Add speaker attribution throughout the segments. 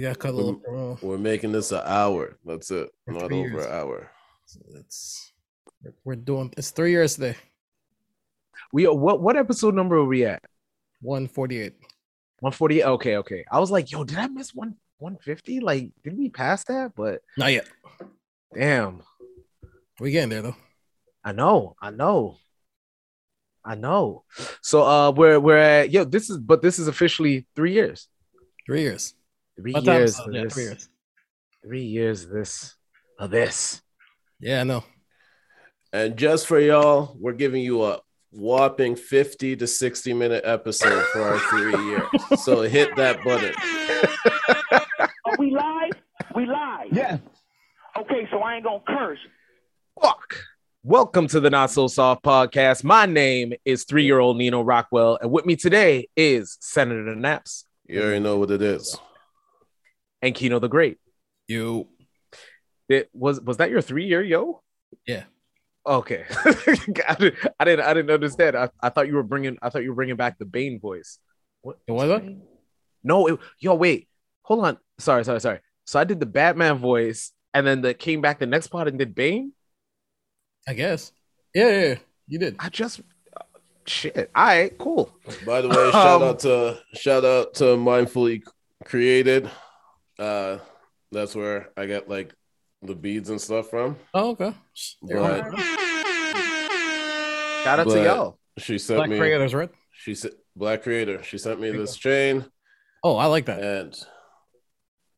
Speaker 1: Yeah, cut a little promo.
Speaker 2: We're making this an hour. That's it.
Speaker 1: For
Speaker 2: Not
Speaker 1: three
Speaker 2: over
Speaker 1: years.
Speaker 2: an hour.
Speaker 1: So It's we're doing it's three years today.
Speaker 3: We are, what what episode number are we at?
Speaker 1: One forty eight.
Speaker 3: 148. Okay, okay. I was like, yo, did I miss one 150? Like, did we pass that? But
Speaker 1: Not yet.
Speaker 3: damn,
Speaker 1: We getting there though.
Speaker 3: I know, I know, I know. So uh, we're we're at yo. This is but this is officially three years.
Speaker 1: Three years.
Speaker 3: Three
Speaker 1: By the time
Speaker 3: years.
Speaker 1: it's
Speaker 3: of
Speaker 1: out, yeah,
Speaker 3: this,
Speaker 1: three years.
Speaker 3: Three years. of This. Of this.
Speaker 1: Yeah, I know.
Speaker 2: And just for y'all, we're giving you a whopping 50 to 60 minute episode for our three years. So hit that button.
Speaker 4: Are we live? We live.
Speaker 5: Yes.
Speaker 4: Okay, so I ain't gonna curse.
Speaker 3: Fuck. Welcome to the Not So Soft podcast. My name is three year old Nino Rockwell, and with me today is Senator Naps
Speaker 2: You already know what it is.
Speaker 3: and Kino the Great.
Speaker 1: You
Speaker 3: It was was that your three year yo?
Speaker 1: Yeah.
Speaker 3: Okay. I, didn't, I didn't. I didn't understand. I, I thought you were bringing. I thought you were bringing back the Bane voice. What?
Speaker 1: It was what?
Speaker 3: No. It, yo, wait. Hold on. Sorry. Sorry. Sorry. So I did the Batman voice, and then the came back the next part and did Bane.
Speaker 1: I guess. Yeah, yeah, yeah. You did.
Speaker 3: I just shit. All right. Cool.
Speaker 2: By the way, shout
Speaker 3: Um,
Speaker 2: out to shout out to Mindfully Created. Uh that's where I got like the beads and stuff from.
Speaker 1: Oh, okay. There
Speaker 2: But-
Speaker 1: you go.
Speaker 3: Shout out to
Speaker 2: But-
Speaker 3: y'all.
Speaker 2: She sent
Speaker 1: Black
Speaker 2: me
Speaker 1: creators, right?
Speaker 2: she said black creator. She sent me this chain
Speaker 1: Oh, I like that.
Speaker 2: and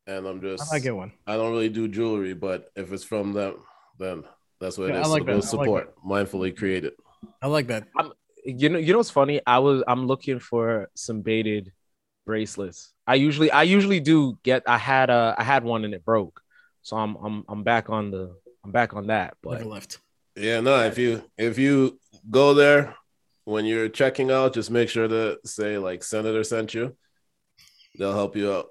Speaker 2: and I'm
Speaker 1: I
Speaker 2: just
Speaker 1: like that one.
Speaker 2: I don't really do jewelry, but if it's from them, then that's what it is.
Speaker 1: Yeah, I like
Speaker 2: so we'll
Speaker 1: that. I like
Speaker 2: support mindfully created.
Speaker 1: I like that.
Speaker 3: You know. You know what's funny? I was. I'm looking for some baited bracelets. I usually. I usually do get. I had a. I had one and it broke. So I'm. I'm. I'm back on the. I'm back on that. But
Speaker 1: Never left.
Speaker 2: Yeah, no, if you if you go there when you're checking out, just make sure to say like Senator sent you. They'll help you out.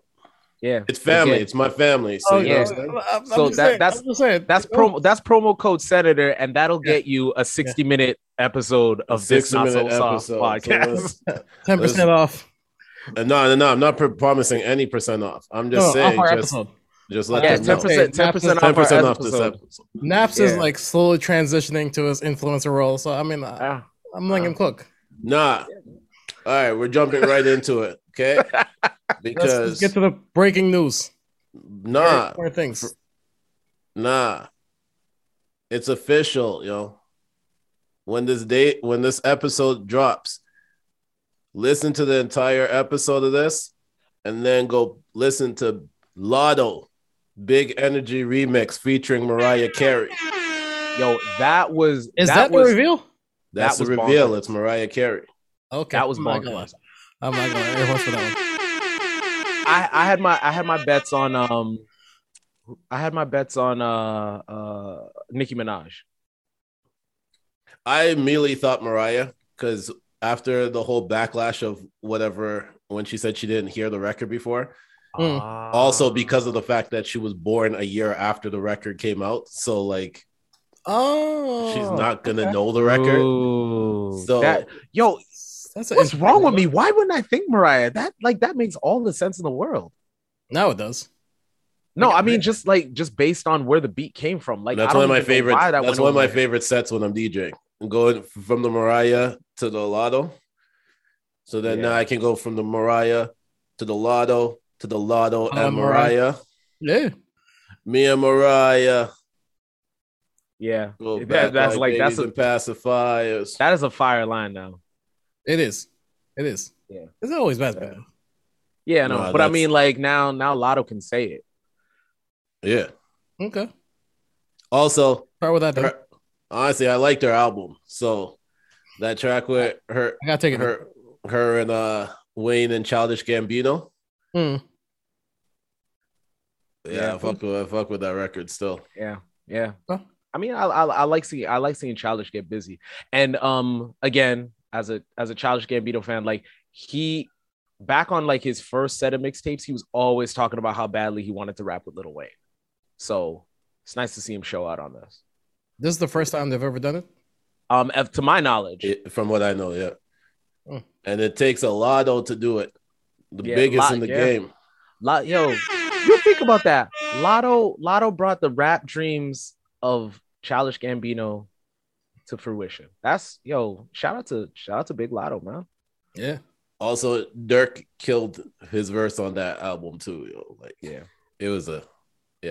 Speaker 3: yeah,
Speaker 2: It's family,
Speaker 3: Again,
Speaker 2: it's my family. So
Speaker 3: Oh,
Speaker 2: you
Speaker 3: yeah.
Speaker 2: know
Speaker 3: I'm
Speaker 2: what I'm saying?
Speaker 3: So that- that's-
Speaker 1: just saying. Oh,
Speaker 3: That's
Speaker 1: pro.
Speaker 3: promo. That's promo code senator, and that'll get you a sixty-minute episode of this
Speaker 2: 60
Speaker 3: not so
Speaker 2: minute
Speaker 3: soft
Speaker 2: episode. So
Speaker 3: podcast.
Speaker 2: let's-
Speaker 1: Ten percent off.
Speaker 2: Uh, no, no, no, I'm not pr- promising any percent off. I'm
Speaker 1: No,
Speaker 2: just
Speaker 1: off
Speaker 2: saying
Speaker 1: our
Speaker 2: just,
Speaker 1: episode.
Speaker 2: just let
Speaker 3: yeah,
Speaker 2: them
Speaker 3: uh, ten
Speaker 2: know.
Speaker 3: percent, ten percent off,
Speaker 2: 10%
Speaker 3: our
Speaker 2: off this
Speaker 3: episode.
Speaker 2: episode.
Speaker 1: Naps is
Speaker 3: Yeah.
Speaker 1: like slowly transitioning to his influencer role. So I mean, I,
Speaker 3: Ah.
Speaker 1: I'm
Speaker 2: Uh,
Speaker 1: Lincoln Cook.
Speaker 2: Nah. All right, we're jumping right into it. Okay.
Speaker 1: Let's,
Speaker 2: Because
Speaker 1: let's get to the breaking news.
Speaker 3: Uh,
Speaker 2: nah,
Speaker 1: More things.
Speaker 2: Nah. It's official, yo. When this date, when this episode drops, listen to the entire episode of this and then go listen to Lotto Big Energy Remix featuring Mariah Carey.
Speaker 3: Yo, that was
Speaker 1: Is that,
Speaker 3: was
Speaker 1: the reveal?
Speaker 2: That's
Speaker 3: That
Speaker 2: the
Speaker 3: was
Speaker 2: reveal.
Speaker 3: bonkers.
Speaker 2: It's Mariah Carey.
Speaker 1: Okay,
Speaker 3: That was
Speaker 1: I'm not gonna
Speaker 3: bonkers.
Speaker 1: lie. I'm not gonna lie. Airhorns for that one.
Speaker 3: I, I had my I had my bets on um I had my bets on uh uh Nicki Minaj.
Speaker 2: I immediately thought Mariah because after the whole backlash of whatever when she said she didn't hear the record before,
Speaker 1: Mm.
Speaker 3: Ah.
Speaker 2: also because of the fact that she was born a year after the record came out, so like
Speaker 1: Oh,
Speaker 2: she's not gonna
Speaker 1: okay.
Speaker 2: know the record.
Speaker 3: Ooh,
Speaker 2: So-
Speaker 3: that, yo,
Speaker 1: That's an
Speaker 3: what's
Speaker 1: interesting
Speaker 3: wrong with
Speaker 1: one.
Speaker 3: me? Why wouldn't I think Mariah? That like that makes all the sense in the world.
Speaker 1: Now it does.
Speaker 3: No,
Speaker 1: Like,
Speaker 3: I mean just like just based on where the beat came from. Like
Speaker 2: that's
Speaker 3: I
Speaker 2: one of
Speaker 3: don't
Speaker 2: my
Speaker 3: even know
Speaker 2: favorite.
Speaker 3: why that
Speaker 2: That's
Speaker 3: went
Speaker 2: one of
Speaker 3: over
Speaker 2: my
Speaker 3: my-
Speaker 2: favorite sets when I'm DJing. Going from the Mariah to the Lotto. So then
Speaker 3: Yeah.
Speaker 2: now I can go from the Mariah to the Lotto to the Lotto
Speaker 1: Oh,
Speaker 2: and
Speaker 1: Mariah.
Speaker 2: Mariah.
Speaker 1: Yeah,
Speaker 2: Me and Mariah.
Speaker 3: Yeah,
Speaker 2: Go
Speaker 3: That-
Speaker 2: back
Speaker 3: that's like- that's
Speaker 2: babies
Speaker 3: a-
Speaker 2: and pacifiers.
Speaker 3: that is a fire line now.
Speaker 1: it is. It is.
Speaker 3: Yeah.
Speaker 1: it's always bad. but
Speaker 3: Yeah, no,
Speaker 2: Nah,
Speaker 3: but I
Speaker 2: that's-
Speaker 3: mean like now now Lotto can say it.
Speaker 2: Yeah.
Speaker 1: Okay,
Speaker 2: Also,
Speaker 1: start with that. Then.
Speaker 2: her- honestly, I liked her album. So that track with her,
Speaker 1: I gotta take it.
Speaker 2: her, her and uh Wayne and Childish Gambino.
Speaker 1: Mm.
Speaker 2: Yeah,
Speaker 3: Yeah.
Speaker 2: I fuck with I fuck with that record still.
Speaker 3: Yeah, yeah.
Speaker 1: Well.
Speaker 3: I mean, I, I I like seeing I like seeing Childish get busy, and um, again, as a as a Childish Gambino fan, like he back on like his first set of mixtapes, he was always talking about how badly he wanted to rap with Little Wayne. So it's nice to see him show out on this.
Speaker 1: This is the first time they've ever done it.
Speaker 3: Um, ev- to my knowledge,
Speaker 2: Yeah, eh, from what I know, yeah.
Speaker 1: Mm.
Speaker 2: And it takes a lot though to do it. The
Speaker 3: Yeah,
Speaker 2: biggest
Speaker 3: lot,
Speaker 2: in the
Speaker 3: yeah.
Speaker 2: game.
Speaker 3: lot yo, you think about that. Lotto Lotto brought the rap dreams of Childish Gambino to fruition. That's yo, shout out to shout out to Big Lotto, man.
Speaker 1: Yeah.
Speaker 2: Also, Dirk killed his verse on that album too. Yo. Like,
Speaker 3: Yeah.
Speaker 2: it was a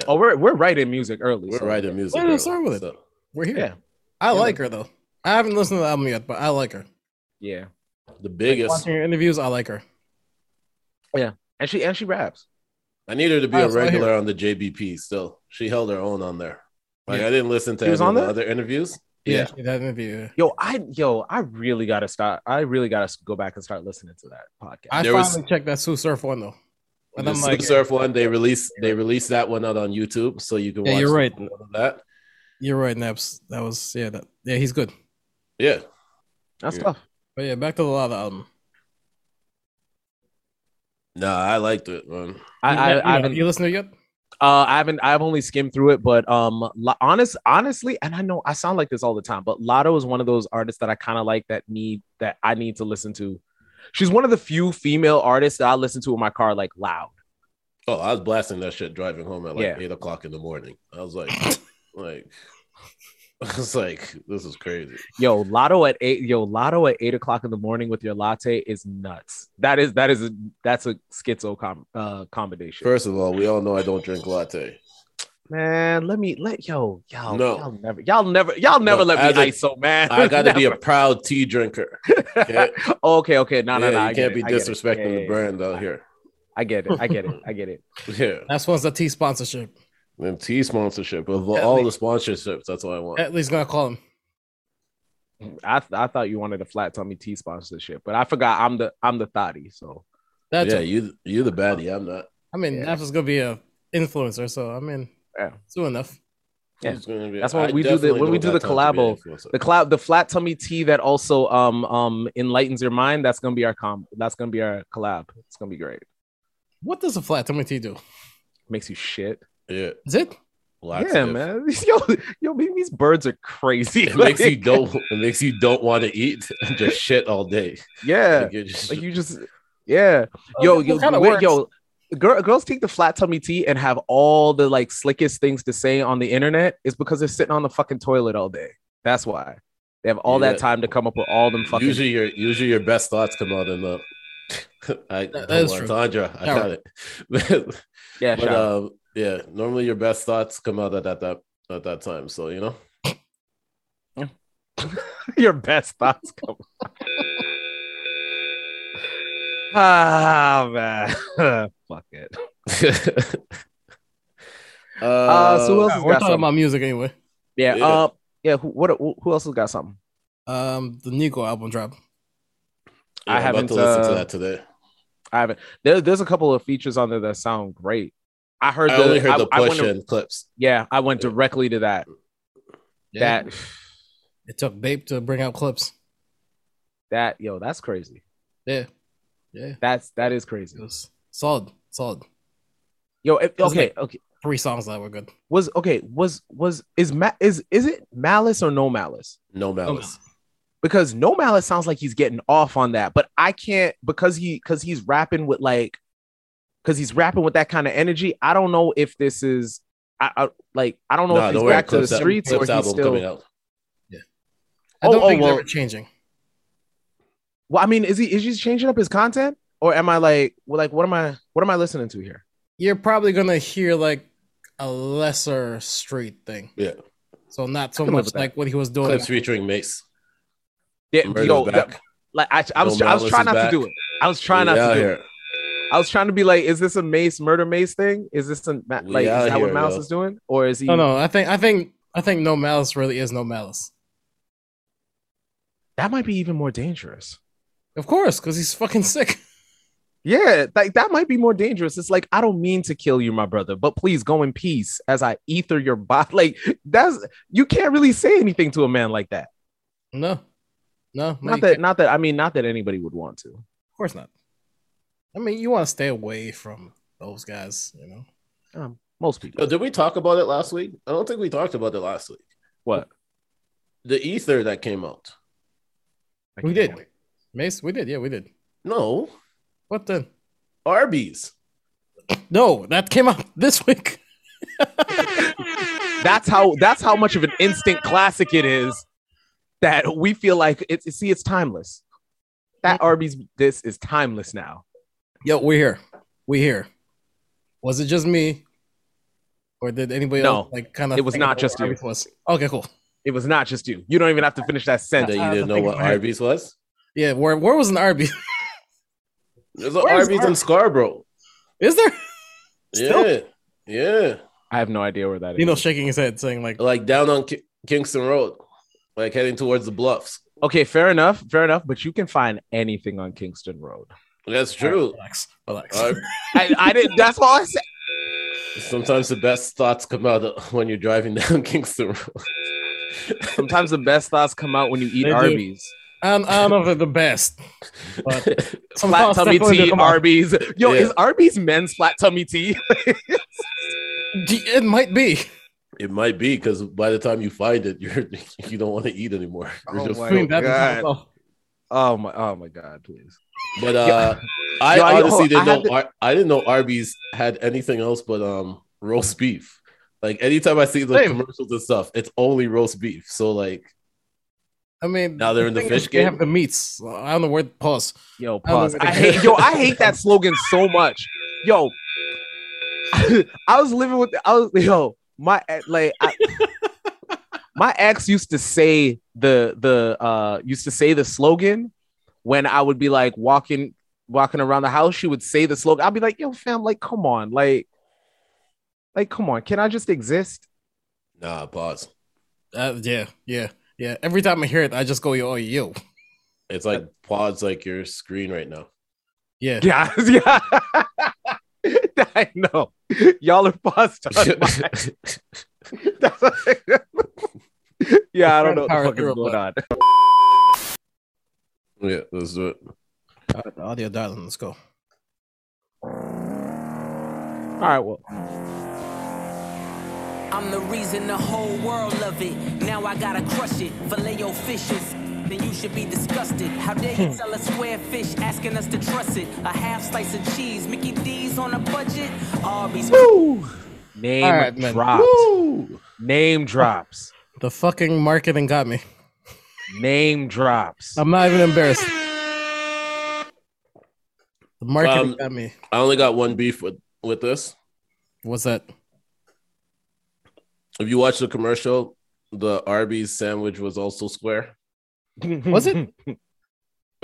Speaker 3: Oh, we're we're writing music early.
Speaker 2: we're
Speaker 3: so-
Speaker 2: writing music.
Speaker 1: What is
Speaker 2: early,
Speaker 1: wrong with it?
Speaker 2: so-
Speaker 1: We're here.
Speaker 3: Yeah.
Speaker 1: I
Speaker 3: Yeah.
Speaker 1: like her though. I haven't listened to the album yet, but I like her.
Speaker 3: Yeah.
Speaker 2: The biggest.
Speaker 1: Watching her interviews, I like her.
Speaker 3: And she and she raps.
Speaker 2: I need her to be
Speaker 1: Oh,
Speaker 2: a
Speaker 1: it's right
Speaker 2: regular on the JBP. Still, she held her own on there. Like
Speaker 1: Yeah.
Speaker 2: I didn't listen to
Speaker 3: She
Speaker 2: any
Speaker 3: was
Speaker 2: of
Speaker 3: on
Speaker 2: the
Speaker 3: there?
Speaker 2: other interviews.
Speaker 1: Yeah, she did that interview.
Speaker 3: Yo, I yo, I really gotta start. I really gotta go back and start listening to that podcast.
Speaker 1: I
Speaker 2: There was-
Speaker 1: finally checked that Sue Surf one though. And
Speaker 2: the
Speaker 1: I'm
Speaker 2: Sue
Speaker 1: like,
Speaker 2: Surf one. They released they released that one out on YouTube, so you can
Speaker 1: Yeah,
Speaker 2: watch.
Speaker 1: you're right.
Speaker 2: That
Speaker 1: you're right, Naps. That was yeah, that yeah, he's good.
Speaker 2: yeah.
Speaker 3: That's
Speaker 2: Yeah.
Speaker 3: tough.
Speaker 1: But yeah, back to the Lava album.
Speaker 2: Nah, I liked it. Man.
Speaker 3: I,
Speaker 1: you,
Speaker 3: I,
Speaker 1: you,
Speaker 3: I haven't
Speaker 1: you listen to it yet?
Speaker 3: Uh, I haven't. I've only skimmed through it, but um, Lo- honest, honestly, and I know I sound like this all the time, but Lotto is one of those artists that I kind of like that need that I need to listen to. She's one of the few female artists that I listen to in my car like loud.
Speaker 2: Oh, I was blasting that shit driving home at like
Speaker 3: Yeah.
Speaker 2: eight o'clock in the morning. I was like, like, I was like, this is crazy.
Speaker 3: Yo, Lotto at eight. Yo, Lotto at eight o'clock in the morning with your latte is nuts. That is that is a, that's a schizo com, uh, combination.
Speaker 2: First of all, we all know I don't drink latte.
Speaker 3: Man, let me let yo y'all
Speaker 2: No.
Speaker 3: y'all never y'all never y'all never
Speaker 2: No,
Speaker 3: let
Speaker 2: as
Speaker 3: me
Speaker 2: a-
Speaker 3: ISO man.
Speaker 2: I got to be a
Speaker 3: Never.
Speaker 2: proud tea drinker. Okay,
Speaker 3: okay okay no no
Speaker 2: Yeah,
Speaker 3: no I
Speaker 2: you
Speaker 3: get
Speaker 2: can't
Speaker 3: it,
Speaker 2: be
Speaker 3: I get it.
Speaker 2: disrespecting
Speaker 3: Yeah, yeah,
Speaker 2: the
Speaker 3: yeah.
Speaker 2: brand out here.
Speaker 3: I get it I get it I get it.
Speaker 2: Yeah,
Speaker 1: That's one's a T sponsorship.
Speaker 2: and tea sponsorship of
Speaker 1: At
Speaker 2: all the sponsorships. That's what I want.
Speaker 1: At least gonna call him.
Speaker 3: I th- I thought you wanted a flat tummy tea sponsorship, but I forgot I'm the I'm the thotty. So
Speaker 1: That's
Speaker 2: Yeah, you you the baddie. I'm not.
Speaker 1: I mean,
Speaker 3: yeah.
Speaker 1: Naps is gonna be a influencer, so I mean,
Speaker 3: Yeah.
Speaker 1: it's doing enough.
Speaker 3: Yeah.
Speaker 2: It's gonna be-
Speaker 3: That's when
Speaker 2: I
Speaker 3: we do the-
Speaker 2: definitely
Speaker 3: when we
Speaker 2: don't
Speaker 3: do the
Speaker 2: got time to be an influencer.
Speaker 3: the cloud the flat tummy tea that also um um enlightens your mind. That's gonna be our com. That's gonna be our collab. It's gonna be great.
Speaker 1: What does a flat tummy tea do?
Speaker 3: Makes you shit.
Speaker 2: Yeah,
Speaker 1: Is it?
Speaker 2: lots
Speaker 3: yeah,
Speaker 2: of-
Speaker 3: man. yo yo, man, these birds are crazy.
Speaker 2: It makes you
Speaker 3: Like,
Speaker 2: don't. It makes you don't want to eat. Just shit all day.
Speaker 3: Yeah,
Speaker 2: Like, you're just-
Speaker 3: like you just yeah. Yo
Speaker 1: it
Speaker 3: yo
Speaker 1: kinda
Speaker 3: wait,
Speaker 1: works.
Speaker 3: yo. Girl, girls take the flat tummy tea and have all the like slickest things to say on the internet is because they're sitting on the fucking toilet all day. That's why they have all
Speaker 2: Yeah.
Speaker 3: that time to come up with all them fucking
Speaker 2: usually your usually your best thoughts come out in the. I
Speaker 1: That- that
Speaker 2: don't
Speaker 1: is
Speaker 2: want
Speaker 1: true.
Speaker 2: Tandra. I got
Speaker 1: Alright.
Speaker 2: it. but
Speaker 3: Yeah, shout out.
Speaker 2: um, yeah, normally your best thoughts come out at that, that at that time. So you know,
Speaker 3: uh, your best thoughts come. ah man, fuck it.
Speaker 2: uh,
Speaker 3: Uh, so who
Speaker 1: Yeah, we're
Speaker 3: else has got
Speaker 1: talking
Speaker 3: something?
Speaker 1: about music anyway.
Speaker 3: Yeah,
Speaker 2: Yeah.
Speaker 3: uh, yeah. Who, what? Who who else has got something?
Speaker 1: Um, the Nico album drop.
Speaker 2: yeah,
Speaker 3: I
Speaker 2: I'm about
Speaker 3: haven't,
Speaker 2: to listen to
Speaker 3: uh,
Speaker 2: that today.
Speaker 3: I haven't. There, there's a couple of features on there that sound great. I heard.
Speaker 2: I
Speaker 3: the,
Speaker 2: only heard
Speaker 3: I-
Speaker 2: the
Speaker 3: I went
Speaker 2: push
Speaker 3: to-
Speaker 2: and clips.
Speaker 3: yeah, I went
Speaker 2: Yeah.
Speaker 3: directly to that. That
Speaker 1: it took Bape to bring out clips.
Speaker 3: that yo, that's crazy.
Speaker 1: Yeah, yeah,
Speaker 3: That's that is
Speaker 1: it
Speaker 3: crazy.
Speaker 1: was solid, solid.
Speaker 3: Yo, if,
Speaker 1: Wasn't
Speaker 3: okay,
Speaker 1: it-
Speaker 3: okay.
Speaker 1: Three songs that were good.
Speaker 3: Was okay. Was was is ma- is is it malice or no malice?
Speaker 2: No
Speaker 3: Oh,
Speaker 2: malice.
Speaker 3: because no malice sounds like he's getting off on that but i can't because he because he's rapping with like because he's rapping with that kind of energy i don't know if this is i, I like i don't know
Speaker 2: Nah,
Speaker 3: if he's
Speaker 2: worry,
Speaker 3: back to the
Speaker 2: Clips al-
Speaker 3: streets or
Speaker 2: Clips
Speaker 3: he's
Speaker 2: album coming
Speaker 3: still
Speaker 2: out.
Speaker 1: I
Speaker 3: Oh,
Speaker 1: don't
Speaker 3: oh,
Speaker 1: think they
Speaker 3: well-
Speaker 1: were changing.
Speaker 3: well i mean is he is he changing up his content or am i like well, like what am i what am i listening to here
Speaker 1: You're probably gonna hear like a lesser street thing.
Speaker 2: Yeah.
Speaker 1: So not so
Speaker 3: can live
Speaker 1: much
Speaker 3: with that.
Speaker 1: like what he was doing.
Speaker 2: Clips featuring Mace.
Speaker 3: yeah,
Speaker 2: Murder's
Speaker 3: yo, the-
Speaker 2: back.
Speaker 3: like I, I was
Speaker 2: No
Speaker 3: I was
Speaker 2: Malice
Speaker 3: trying
Speaker 2: is
Speaker 3: not
Speaker 2: back.
Speaker 3: to do it i was trying not
Speaker 2: We
Speaker 3: to
Speaker 2: out
Speaker 3: do it
Speaker 2: here.
Speaker 3: i was trying to be like is this a mace murder mace thing is this a ma-
Speaker 2: We
Speaker 3: like is
Speaker 2: out
Speaker 3: that what
Speaker 2: here,
Speaker 3: mouse
Speaker 2: yo.
Speaker 3: is doing or is he
Speaker 1: No, no, I think I think I think no malice really is no malice.
Speaker 3: that might be even more dangerous
Speaker 1: Of course, because he's fucking sick.
Speaker 3: Yeah, like that might be more dangerous. It's like I don't mean to kill you, my brother, but please go in peace as I ether your body. Like that's you can't really say anything to a man like that.
Speaker 1: No, no, no,
Speaker 3: Not
Speaker 1: you
Speaker 3: that,
Speaker 1: can't.
Speaker 3: not that. I mean, not that anybody would want to.
Speaker 1: of course not. I mean, you want to stay away from those guys, you know.
Speaker 3: Um, most
Speaker 2: Yo,
Speaker 3: people.
Speaker 2: Oh, did we talk about it last week? I don't think we talked about it last week.
Speaker 3: What
Speaker 2: The ether that came out.
Speaker 3: I
Speaker 1: We
Speaker 3: can't
Speaker 1: did.
Speaker 3: remember.
Speaker 1: Mace, we did, yeah, we did.
Speaker 2: No,
Speaker 1: What then?
Speaker 2: Arby's.
Speaker 1: No, that came out this week.
Speaker 3: That's how that's how much of an instant classic it is that we feel like it's see it's timeless. That Arby's this is timeless now.
Speaker 1: Yo, we're here. We here. Was it just me, or did anybody
Speaker 3: No,
Speaker 1: else like kind of?
Speaker 3: it was not just you.
Speaker 1: Was? Okay, cool.
Speaker 3: It was not just you. You don't even have to finish that
Speaker 2: That
Speaker 3: sentence.
Speaker 2: you
Speaker 1: I
Speaker 2: didn't know
Speaker 1: think
Speaker 2: what
Speaker 1: I heard.
Speaker 2: Arby's was?
Speaker 1: Yeah, where where was an Arby's?
Speaker 2: There's an
Speaker 1: Where's
Speaker 2: Arby's in
Speaker 1: Arby's?
Speaker 2: Scarborough.
Speaker 1: Is there? Still?
Speaker 2: Yeah. Yeah.
Speaker 3: I have no idea where that is.
Speaker 1: You know, shaking his head, saying like,
Speaker 2: Like down on Ki- Kingston Road, like heading towards the bluffs.
Speaker 3: okay, fair enough, fair enough. But you can find anything on Kingston Road.
Speaker 2: That's true.
Speaker 1: Relax, relax.
Speaker 2: Ar-
Speaker 3: I, I didn't. That's all I said.
Speaker 2: Sometimes the best thoughts come out when you're driving down Kingston Road.
Speaker 3: Sometimes the best thoughts come out when you eat
Speaker 1: They do.
Speaker 3: Arby's.
Speaker 1: I'm I don't know if they're the best, but some
Speaker 3: Flat
Speaker 1: thoughts
Speaker 3: tummy
Speaker 1: definitely do
Speaker 3: tea,
Speaker 1: come out.
Speaker 3: Arby's. Yo,
Speaker 2: Yeah.
Speaker 3: is Arby's men's flat tummy tea?
Speaker 1: D- It might be.
Speaker 2: It might be because by the time you find it, you're you don't want to eat anymore. You're
Speaker 3: Oh
Speaker 2: just-
Speaker 3: my
Speaker 1: I mean, that
Speaker 3: God.
Speaker 1: myself.
Speaker 3: oh my, oh my God, please.
Speaker 2: But uh, I
Speaker 3: Yo, I- hold
Speaker 2: honestly
Speaker 3: on, I
Speaker 2: didn't
Speaker 3: had
Speaker 2: know
Speaker 3: to-
Speaker 2: Ar- I didn't know Arby's had anything else but um roast beef. Like anytime I see the
Speaker 1: Same.
Speaker 2: commercials and stuff, it's only roast beef. So like
Speaker 1: I mean,
Speaker 2: Now they're in the
Speaker 1: thing
Speaker 2: fish
Speaker 1: is They
Speaker 2: game?
Speaker 1: have the meats. so I don't know where. Pause.
Speaker 3: Yo,
Speaker 1: I don't know
Speaker 3: pause.
Speaker 1: where
Speaker 3: I
Speaker 1: to
Speaker 3: hate yo, I hate that slogan so much. Yo, I was living with I was yo, my ex- like I, my ex used to say the the uh used to say the slogan when I would be like walking walking around the house, she would say the slogan. I'd be like, yo, fam, like come on, like like come on, can I just exist?
Speaker 2: nah, pause.
Speaker 1: Uh, yeah, yeah, yeah. Every time I hear it, I just go, yo, yo.
Speaker 2: It's like pause like your screen right now.
Speaker 1: Yeah.
Speaker 3: Yeah, yeah. I know. Y'all are paused on my That's yeah, I don't know what the
Speaker 1: Power
Speaker 3: fuck
Speaker 1: through
Speaker 3: is
Speaker 1: it,
Speaker 3: going on.
Speaker 2: yeah, that's it.
Speaker 1: All right, the audio dialing. Let's go.
Speaker 3: All right, well,
Speaker 5: I'm the reason the whole world love it. Now I gotta crush it. Filet your fishes. Then you should be disgusted. How dare you sell a square fish asking us to trust it? A half slice of cheese, Mickey D's on a budget. Arby's.
Speaker 3: name
Speaker 1: All right, man.
Speaker 3: drops. Name drops.
Speaker 1: The fucking marketing got me.
Speaker 3: Name drops.
Speaker 1: I'm not even embarrassed. The marketing
Speaker 2: Um,
Speaker 1: got me.
Speaker 2: I only got one beef with with this.
Speaker 1: What's that?
Speaker 2: If you watch the commercial, the Arby's sandwich was also square.
Speaker 1: Was it?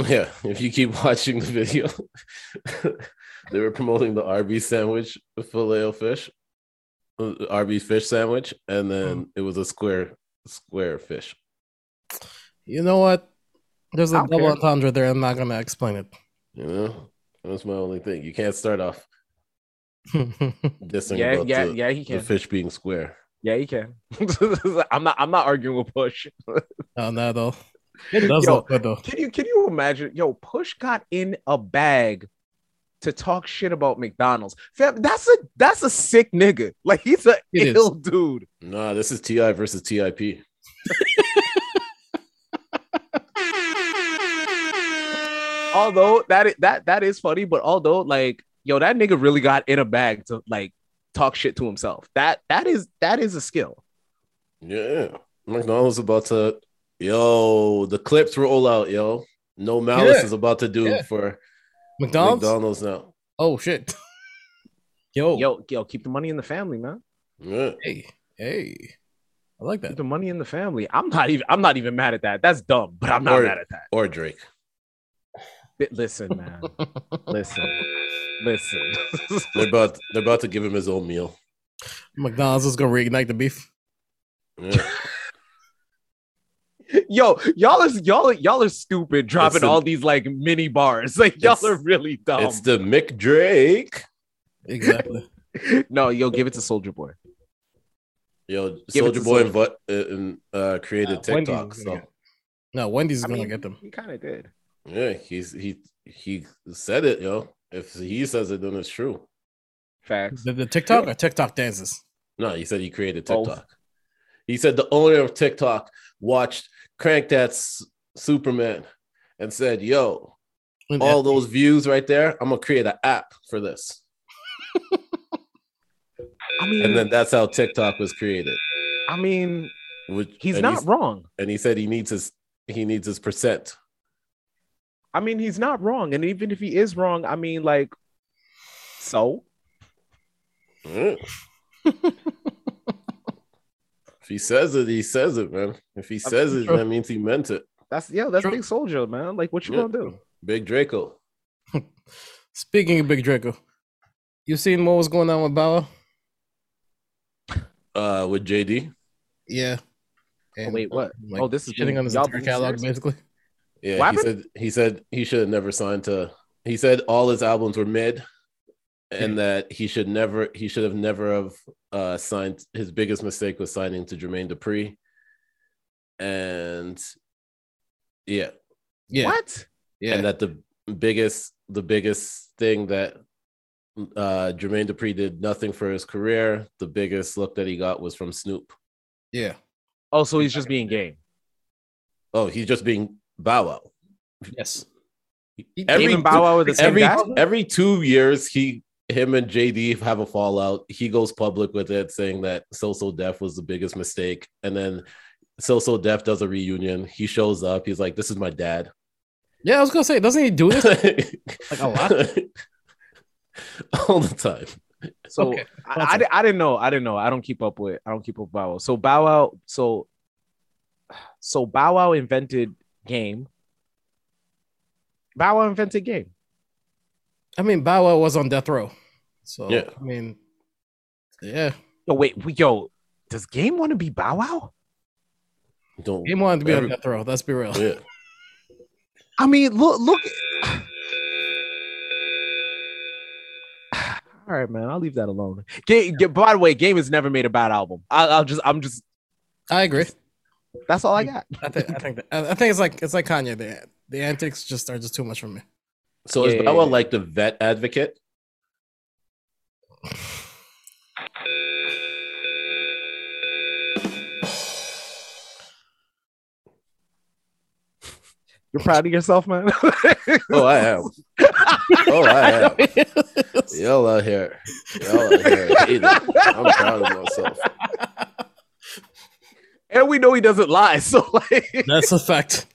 Speaker 2: Yeah, if you keep watching the video, they were promoting the Arby's sandwich, the filet o fish, uh, Arby's fish sandwich, and
Speaker 3: Hmm.
Speaker 2: then it was a square square fish.
Speaker 1: You know what? There's a
Speaker 3: I don't
Speaker 1: double
Speaker 3: care.
Speaker 1: entendre there. I'm not gonna explain
Speaker 2: You know, that's my only thing. You can't start off
Speaker 1: it.
Speaker 2: dissing
Speaker 3: Yeah,
Speaker 2: about
Speaker 3: yeah,
Speaker 2: the,
Speaker 3: yeah. He
Speaker 2: the
Speaker 3: can.
Speaker 2: fish being square.
Speaker 3: Yeah, he can. I'm not. I'm not arguing with Push.
Speaker 1: no, not at all. It does
Speaker 3: Yo.
Speaker 1: look good though.
Speaker 3: Can you? Can you imagine? Yo, Push got in a bag to talk shit about McDonald's. Fam, that's a that's a sick nigga. Like he's a
Speaker 1: It is.
Speaker 3: ill dude.
Speaker 2: Nah, this is Ti versus Tip.
Speaker 3: although that i- that that is funny, but although like yo, that nigga really got in a bag to like talk shit to himself. That that is that is a skill.
Speaker 2: Yeah, McDonald's about to. Yo, the clips roll out. Yo, no malice
Speaker 1: Yeah.
Speaker 2: is about to do
Speaker 1: Yeah.
Speaker 2: for
Speaker 1: McDonald's.
Speaker 2: McDonald's now.
Speaker 1: Oh shit. Yo.
Speaker 2: Oh.
Speaker 3: Yo, yo, keep the money in the family, man.
Speaker 2: Yeah.
Speaker 1: Hey. Hey. I like
Speaker 3: Keep
Speaker 1: that.
Speaker 3: the money in the family. I'm not even I'm not even mad at that. That's dumb, but I'm not
Speaker 2: Or-
Speaker 3: mad at that.
Speaker 2: or Drake.
Speaker 3: Bi- Listen, man. listen. Listen.
Speaker 2: They're about they're about to give him his own meal.
Speaker 1: McDonald's is gonna reignite the beef.
Speaker 2: Yeah.
Speaker 3: yo, y'all is y'all are- y'all are stupid dropping
Speaker 2: Listen.
Speaker 3: all these like mini bars. Like y'all
Speaker 2: It's-
Speaker 3: are really dumb.
Speaker 2: it's the Mick Drake.
Speaker 1: Exactly.
Speaker 3: No, yo, give it to Soldier Boy.
Speaker 2: Yo,
Speaker 3: Give it to
Speaker 2: Soldier Boy
Speaker 3: Soulja.
Speaker 2: invi- uh, and, uh, created
Speaker 1: Uh, Wendy's
Speaker 2: TikTok.
Speaker 1: is
Speaker 2: So
Speaker 1: gonna no, Wendy's is
Speaker 3: I
Speaker 1: gonna
Speaker 3: mean,
Speaker 1: get them.
Speaker 3: He kind of did.
Speaker 2: yeah, he's he he said it, yo. If he says it, then it's true.
Speaker 3: Facts.
Speaker 1: The, the TikTok or TikTok dances.
Speaker 2: No, he said he created
Speaker 3: Both.
Speaker 2: TikTok. He said the owner of TikTok watched Crank That S- Superman and said, "Yo,
Speaker 1: And
Speaker 2: all those views right there, I'm gonna create an app for this."
Speaker 3: I mean,
Speaker 2: and then that's how TikTok was created.
Speaker 3: I mean,
Speaker 2: Which
Speaker 3: he's
Speaker 2: and
Speaker 3: not
Speaker 2: he's-
Speaker 3: wrong.
Speaker 2: and he said he needs his he needs his percent.
Speaker 3: I mean, he's not wrong. And even if he is wrong, I mean, like, so
Speaker 2: Mm. if he says it, he says it, man. If he says it,
Speaker 1: true.
Speaker 2: that means he meant it.
Speaker 3: that's yeah, that's
Speaker 1: True.
Speaker 3: big soldier, man. Like, what you
Speaker 2: Yeah.
Speaker 3: gonna do?
Speaker 2: Big Draco.
Speaker 1: Speaking of Big Draco, you seen what was going on with Bauer?
Speaker 2: Uh with JD.
Speaker 1: Yeah. uh,
Speaker 3: Oh, wait, what?
Speaker 1: like,
Speaker 3: oh, this is
Speaker 1: shitting on his
Speaker 3: y'all
Speaker 1: entire
Speaker 3: being
Speaker 1: catalog,
Speaker 3: serious?
Speaker 1: basically.
Speaker 2: Yeah,
Speaker 3: What
Speaker 2: he said he said he should have never signed to he said all his albums were mid and that he should never he should have never have uh signed his biggest mistake was signing to Jermaine Dupri. And yeah,
Speaker 1: Yeah,
Speaker 3: What?
Speaker 1: yeah.
Speaker 2: and that the biggest the biggest thing that uh Jermaine Dupri did nothing for his career. The biggest look that he got was from Snoop.
Speaker 1: yeah.
Speaker 3: Oh, so he's just being game.
Speaker 2: Oh, he's just being Bow Wow.
Speaker 1: Yes.
Speaker 2: Every-
Speaker 3: Even Bow Wow are the same
Speaker 2: Every
Speaker 3: guy.
Speaker 2: every two years, he him and JD have a fallout. He goes public with it, saying that So So Def was the biggest mistake, and then So So Def does a reunion. He shows up. He's like, "This is my dad."
Speaker 1: Yeah, I was gonna say, doesn't he do this?
Speaker 2: like
Speaker 1: a lot?
Speaker 2: all the time.
Speaker 3: So
Speaker 1: Okay.
Speaker 3: I, I di- I didn't know. I didn't know. I don't keep up with. I don't keep up with Bow Wow. So Bow Wow. So so Bow Wow invented game. Bow Wow invented game.
Speaker 1: I mean, Bow Wow was on death row, so
Speaker 2: Yeah.
Speaker 1: I mean, yeah.
Speaker 3: Yo, wait, we, yo, does game want to be Bow Wow?
Speaker 2: Don't
Speaker 1: He wanted to be
Speaker 2: Every-
Speaker 1: on death row. Let's be real.
Speaker 2: yeah.
Speaker 3: I mean, look, look. All right, man, I'll leave that alone. Game, by the way, game has never made a bad album. I, I'll just, I'm just.
Speaker 1: I agree.
Speaker 3: That's all I got.
Speaker 1: I think I think that, I I think it's like it's like Kanye. The the antics just are just too much for me.
Speaker 2: So is
Speaker 3: Yeah.
Speaker 2: Bow Wow like the vet advocate?
Speaker 3: You're proud of yourself, man.
Speaker 2: Oh, I am. oh, I am. Y'all out here. Y'all out here. hating. I'm proud of myself.
Speaker 3: and we know he doesn't lie, so like,
Speaker 1: That's a fact.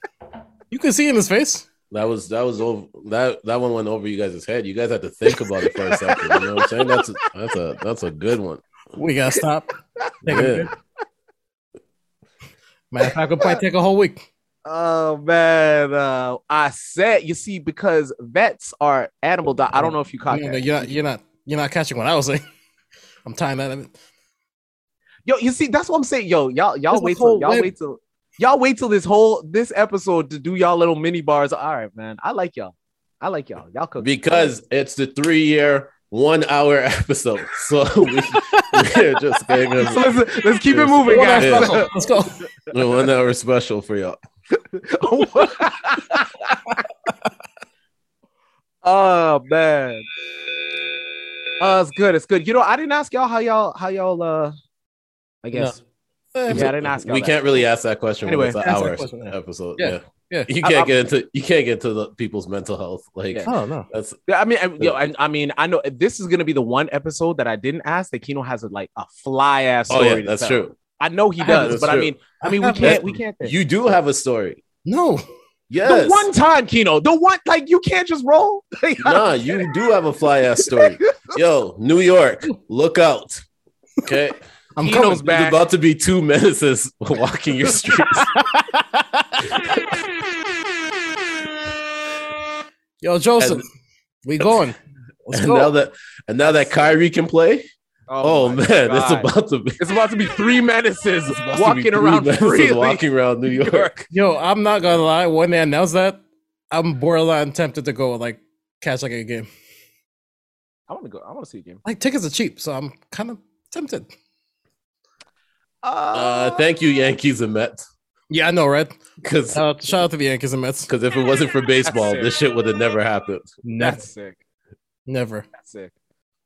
Speaker 1: You can see in his face.
Speaker 2: That was that was over that that one went over you guys' head. You guys had to think about it for a second. You know what I'm saying? That's a, that's a that's a good one.
Speaker 1: We gotta stop. Take a
Speaker 2: Yeah.
Speaker 1: break. Matter of fact, we'll probably take a whole week.
Speaker 3: oh man, uh, I said, you see, because vets are animal. Doc- I don't know if you
Speaker 1: No,
Speaker 3: caught
Speaker 1: no,
Speaker 3: that.
Speaker 1: you're not. You're not. You're not catching what I was saying. I'm tying that. in.
Speaker 3: Yo, you see, that's what I'm saying. Yo, y'all, y'all
Speaker 1: There's a
Speaker 3: wait till
Speaker 1: whole
Speaker 3: y'all
Speaker 1: web-
Speaker 3: wait till y'all wait till this whole this episode to do y'all little mini bars. All right, man. I like y'all. I like y'all. Y'all cook
Speaker 2: Because it's the three year, one hour episode. So we, we're just getting
Speaker 3: So
Speaker 2: a
Speaker 3: let's, let's keep it
Speaker 2: Yes.
Speaker 3: moving,
Speaker 1: One hour
Speaker 2: Yeah.
Speaker 3: guys.
Speaker 1: special. Let's go.
Speaker 2: a one hour special for y'all.
Speaker 3: oh man. Uh, it's good. It's good. You know, I didn't ask y'all how y'all how y'all uh. I guess
Speaker 1: Eh,
Speaker 3: yeah, I didn't ask y'all.
Speaker 2: We
Speaker 3: that.
Speaker 2: can't really ask that question
Speaker 3: Anyway,
Speaker 2: when it's an
Speaker 1: ask that
Speaker 2: hour
Speaker 1: question, yeah.
Speaker 2: episode.
Speaker 1: Yeah.
Speaker 2: Yeah.
Speaker 1: Yeah.
Speaker 2: You
Speaker 3: I'm-
Speaker 2: can't get into you can't get into the people's mental health. Like
Speaker 3: Yeah.
Speaker 1: Oh no.
Speaker 2: that's
Speaker 3: Yeah, I mean, I, yo, I, I mean, I know this is gonna be the one episode that I didn't ask that Kino has a, like a fly ass
Speaker 2: oh
Speaker 3: story.
Speaker 2: yeah,
Speaker 3: to
Speaker 2: that's
Speaker 3: tell.
Speaker 2: true.
Speaker 3: I know he
Speaker 1: I
Speaker 2: have-
Speaker 3: does,
Speaker 2: That's
Speaker 3: but I
Speaker 2: true.
Speaker 3: mean, I mean, we
Speaker 1: have-
Speaker 3: can't, we can't. think.
Speaker 2: You do have a story.
Speaker 1: No.
Speaker 2: Yes.
Speaker 3: The one time, Kino, the one like you can't just roll. Like,
Speaker 2: nah, you do have a fly ass story. Yo, New York, look out. Okay.
Speaker 1: I'm
Speaker 3: He
Speaker 1: coming.
Speaker 3: knows-
Speaker 2: There's
Speaker 3: back.
Speaker 2: about to be two menaces walking your streets.
Speaker 1: Yo, Joseph, we going. Let's
Speaker 2: and
Speaker 1: go.
Speaker 2: now that and now that Kyrie can play, oh,
Speaker 3: my
Speaker 2: man, it's
Speaker 3: God.
Speaker 2: about to be
Speaker 3: it's about to be three menaces
Speaker 2: it's about to be
Speaker 3: walking
Speaker 2: three
Speaker 3: around
Speaker 2: menaces
Speaker 3: freely.
Speaker 2: walking around New York.
Speaker 1: Yo, I'm not gonna lie. When they announced that, I'm borderline tempted to go like catch like a game.
Speaker 3: I want to go. I want to see a game.
Speaker 1: Like tickets are cheap, so I'm kind of tempted.
Speaker 2: Uh, thank you, Yankees and Mets,
Speaker 1: Yeah, I know, right?
Speaker 2: because
Speaker 1: Shout
Speaker 3: Uh,
Speaker 1: out, shout out to the Yankees and Mets.
Speaker 2: if it wasn't for baseball,
Speaker 3: it.
Speaker 2: this shit would have never happened.
Speaker 1: Never,
Speaker 3: That's sick.
Speaker 1: never.
Speaker 3: That's sick.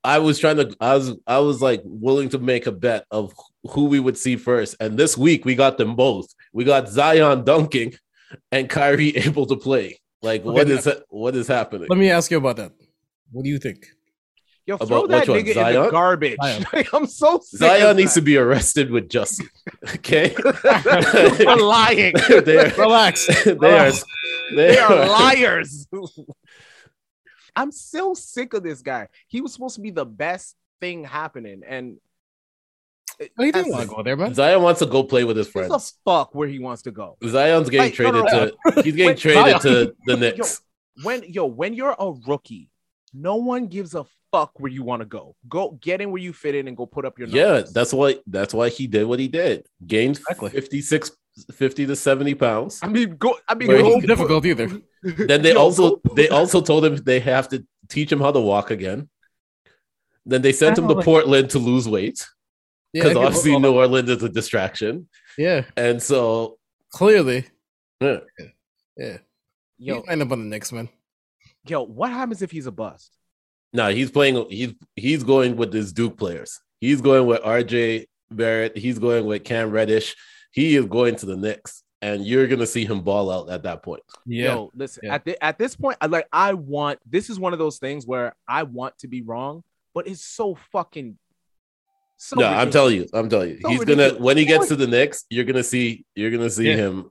Speaker 2: I was trying to, I was, I was like willing to make a bet of who we would see first, and this week we got them both. We got Zion dunking, and Kyrie able to play. Like, what is what is happening?
Speaker 1: Let me ask you about that. What do you think?
Speaker 3: Yo,
Speaker 2: About
Speaker 3: throw that
Speaker 2: which one?
Speaker 3: nigga in the
Speaker 2: Zion?
Speaker 3: garbage.
Speaker 1: Zion.
Speaker 3: Like, I'm so sick.
Speaker 2: Zion
Speaker 3: of
Speaker 2: needs to be arrested with justice. Okay,
Speaker 3: that. for lying.
Speaker 2: they are,
Speaker 1: Relax.
Speaker 2: they are,
Speaker 3: They are liars. I'm still sick of this guy. He was supposed to be the best thing happening, and
Speaker 1: Oh, he didn't
Speaker 3: That's-
Speaker 1: want to go there, man.
Speaker 2: Zion wants to go play with his
Speaker 3: who
Speaker 2: friends.
Speaker 3: the fuck where he wants to go?
Speaker 2: Zion's getting
Speaker 3: Wait, no,
Speaker 2: traded
Speaker 3: no,
Speaker 2: to he's getting
Speaker 3: Wait,
Speaker 1: Zion.
Speaker 2: traded to the Knicks.
Speaker 3: When yo, when you're a rookie, no one gives a fuck where you want to go. Go get in where you fit in and go put up your
Speaker 2: Yeah,
Speaker 3: numbers.
Speaker 2: that's why that's why he did what he did. Gained
Speaker 1: Exactly.
Speaker 2: 56 50 to 70 pounds.
Speaker 3: I mean, go. I mean,
Speaker 2: Where
Speaker 1: It
Speaker 2: he
Speaker 3: go,
Speaker 1: wasn't difficult either.
Speaker 2: Then they
Speaker 3: Yo,
Speaker 2: also
Speaker 3: go-
Speaker 2: they also told him they have to teach him how to walk again. Then they sent him
Speaker 1: Oh,
Speaker 2: to
Speaker 1: like-
Speaker 2: Portland to lose weight
Speaker 1: Yeah,
Speaker 2: because
Speaker 1: it could-
Speaker 2: obviously New Orleans is a distraction.
Speaker 1: yeah,
Speaker 2: And so
Speaker 1: clearly.
Speaker 2: eh,
Speaker 1: Yo.
Speaker 3: yo,
Speaker 1: He end up on the Knicks, man.
Speaker 3: yo. What happens if he's a bust?
Speaker 2: nah, he's playing he's he's going with his Duke players. He's going with RJ Barrett, he's going with Cam Reddish. He is going to the Knicks and you're going to see him ball out at that point.
Speaker 1: Yeah.
Speaker 3: Yo, listen,
Speaker 1: Yeah.
Speaker 3: at, the, at this point, I like I want this is one of those things where I want to be wrong, but it's so fucking so
Speaker 2: no, I'm
Speaker 3: ridiculous.
Speaker 2: telling you, I'm telling you,
Speaker 3: So
Speaker 2: he's
Speaker 3: ridiculous.
Speaker 2: gonna when he gets to the Knicks, you're gonna see, you're gonna see
Speaker 1: Yeah.
Speaker 2: him.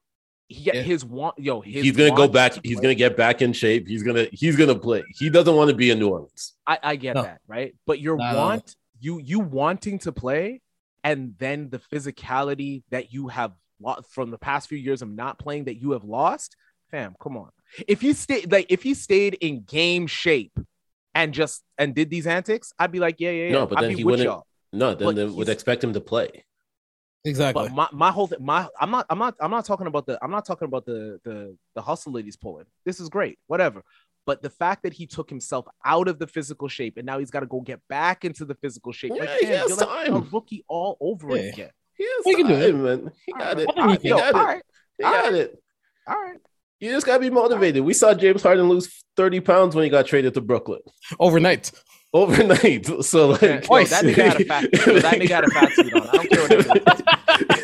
Speaker 3: Yet
Speaker 1: Yeah.
Speaker 3: his want yo, his
Speaker 2: he's gonna go
Speaker 3: want
Speaker 2: back.
Speaker 3: to
Speaker 2: He's
Speaker 3: play-
Speaker 2: gonna get back in shape. He's gonna, he's gonna play. He doesn't want to be in New Orleans.
Speaker 3: I, I get
Speaker 1: No.
Speaker 3: that, right? But your
Speaker 1: No, no, no.
Speaker 3: want you you wanting to play and then the physicality that you have lost from the past few years of not playing that you have lost, fam, come on. If he stayed like if he stayed in game shape and just and did these antics, I'd be like, yeah, yeah, yeah.
Speaker 2: No, but
Speaker 3: I'd
Speaker 2: then
Speaker 3: be
Speaker 2: he
Speaker 3: with
Speaker 2: wouldn't-
Speaker 3: y'all.
Speaker 2: No, then
Speaker 3: But
Speaker 2: they
Speaker 3: he's-
Speaker 2: would expect him to play.
Speaker 1: Exactly.
Speaker 3: But my, my whole thing, my I'm not I'm not I'm not talking about the I'm not talking about the the the hustle ladies pulling. This is great, whatever. But the fact that he took himself out of the physical shape and now he's got to go get back into the physical shape. like,
Speaker 2: Yeah, he
Speaker 3: man,
Speaker 2: has
Speaker 3: you're like a
Speaker 2: time.
Speaker 3: rookie all over
Speaker 1: Yeah.
Speaker 3: again.
Speaker 2: He has
Speaker 1: He can do
Speaker 2: time, man. He got it.
Speaker 1: I think
Speaker 2: He
Speaker 1: he
Speaker 3: Yo, all
Speaker 2: got it.
Speaker 3: right,
Speaker 2: He
Speaker 3: all
Speaker 2: got it.
Speaker 3: all right.
Speaker 2: You just gotta be motivated. We saw James Harden lose 30 pounds when he got traded to Brooklyn
Speaker 1: Overnight.
Speaker 2: overnight. So like,
Speaker 3: Yo, that nigga had a fat. yo, that nigga had a fat suit on. I don't care what it is.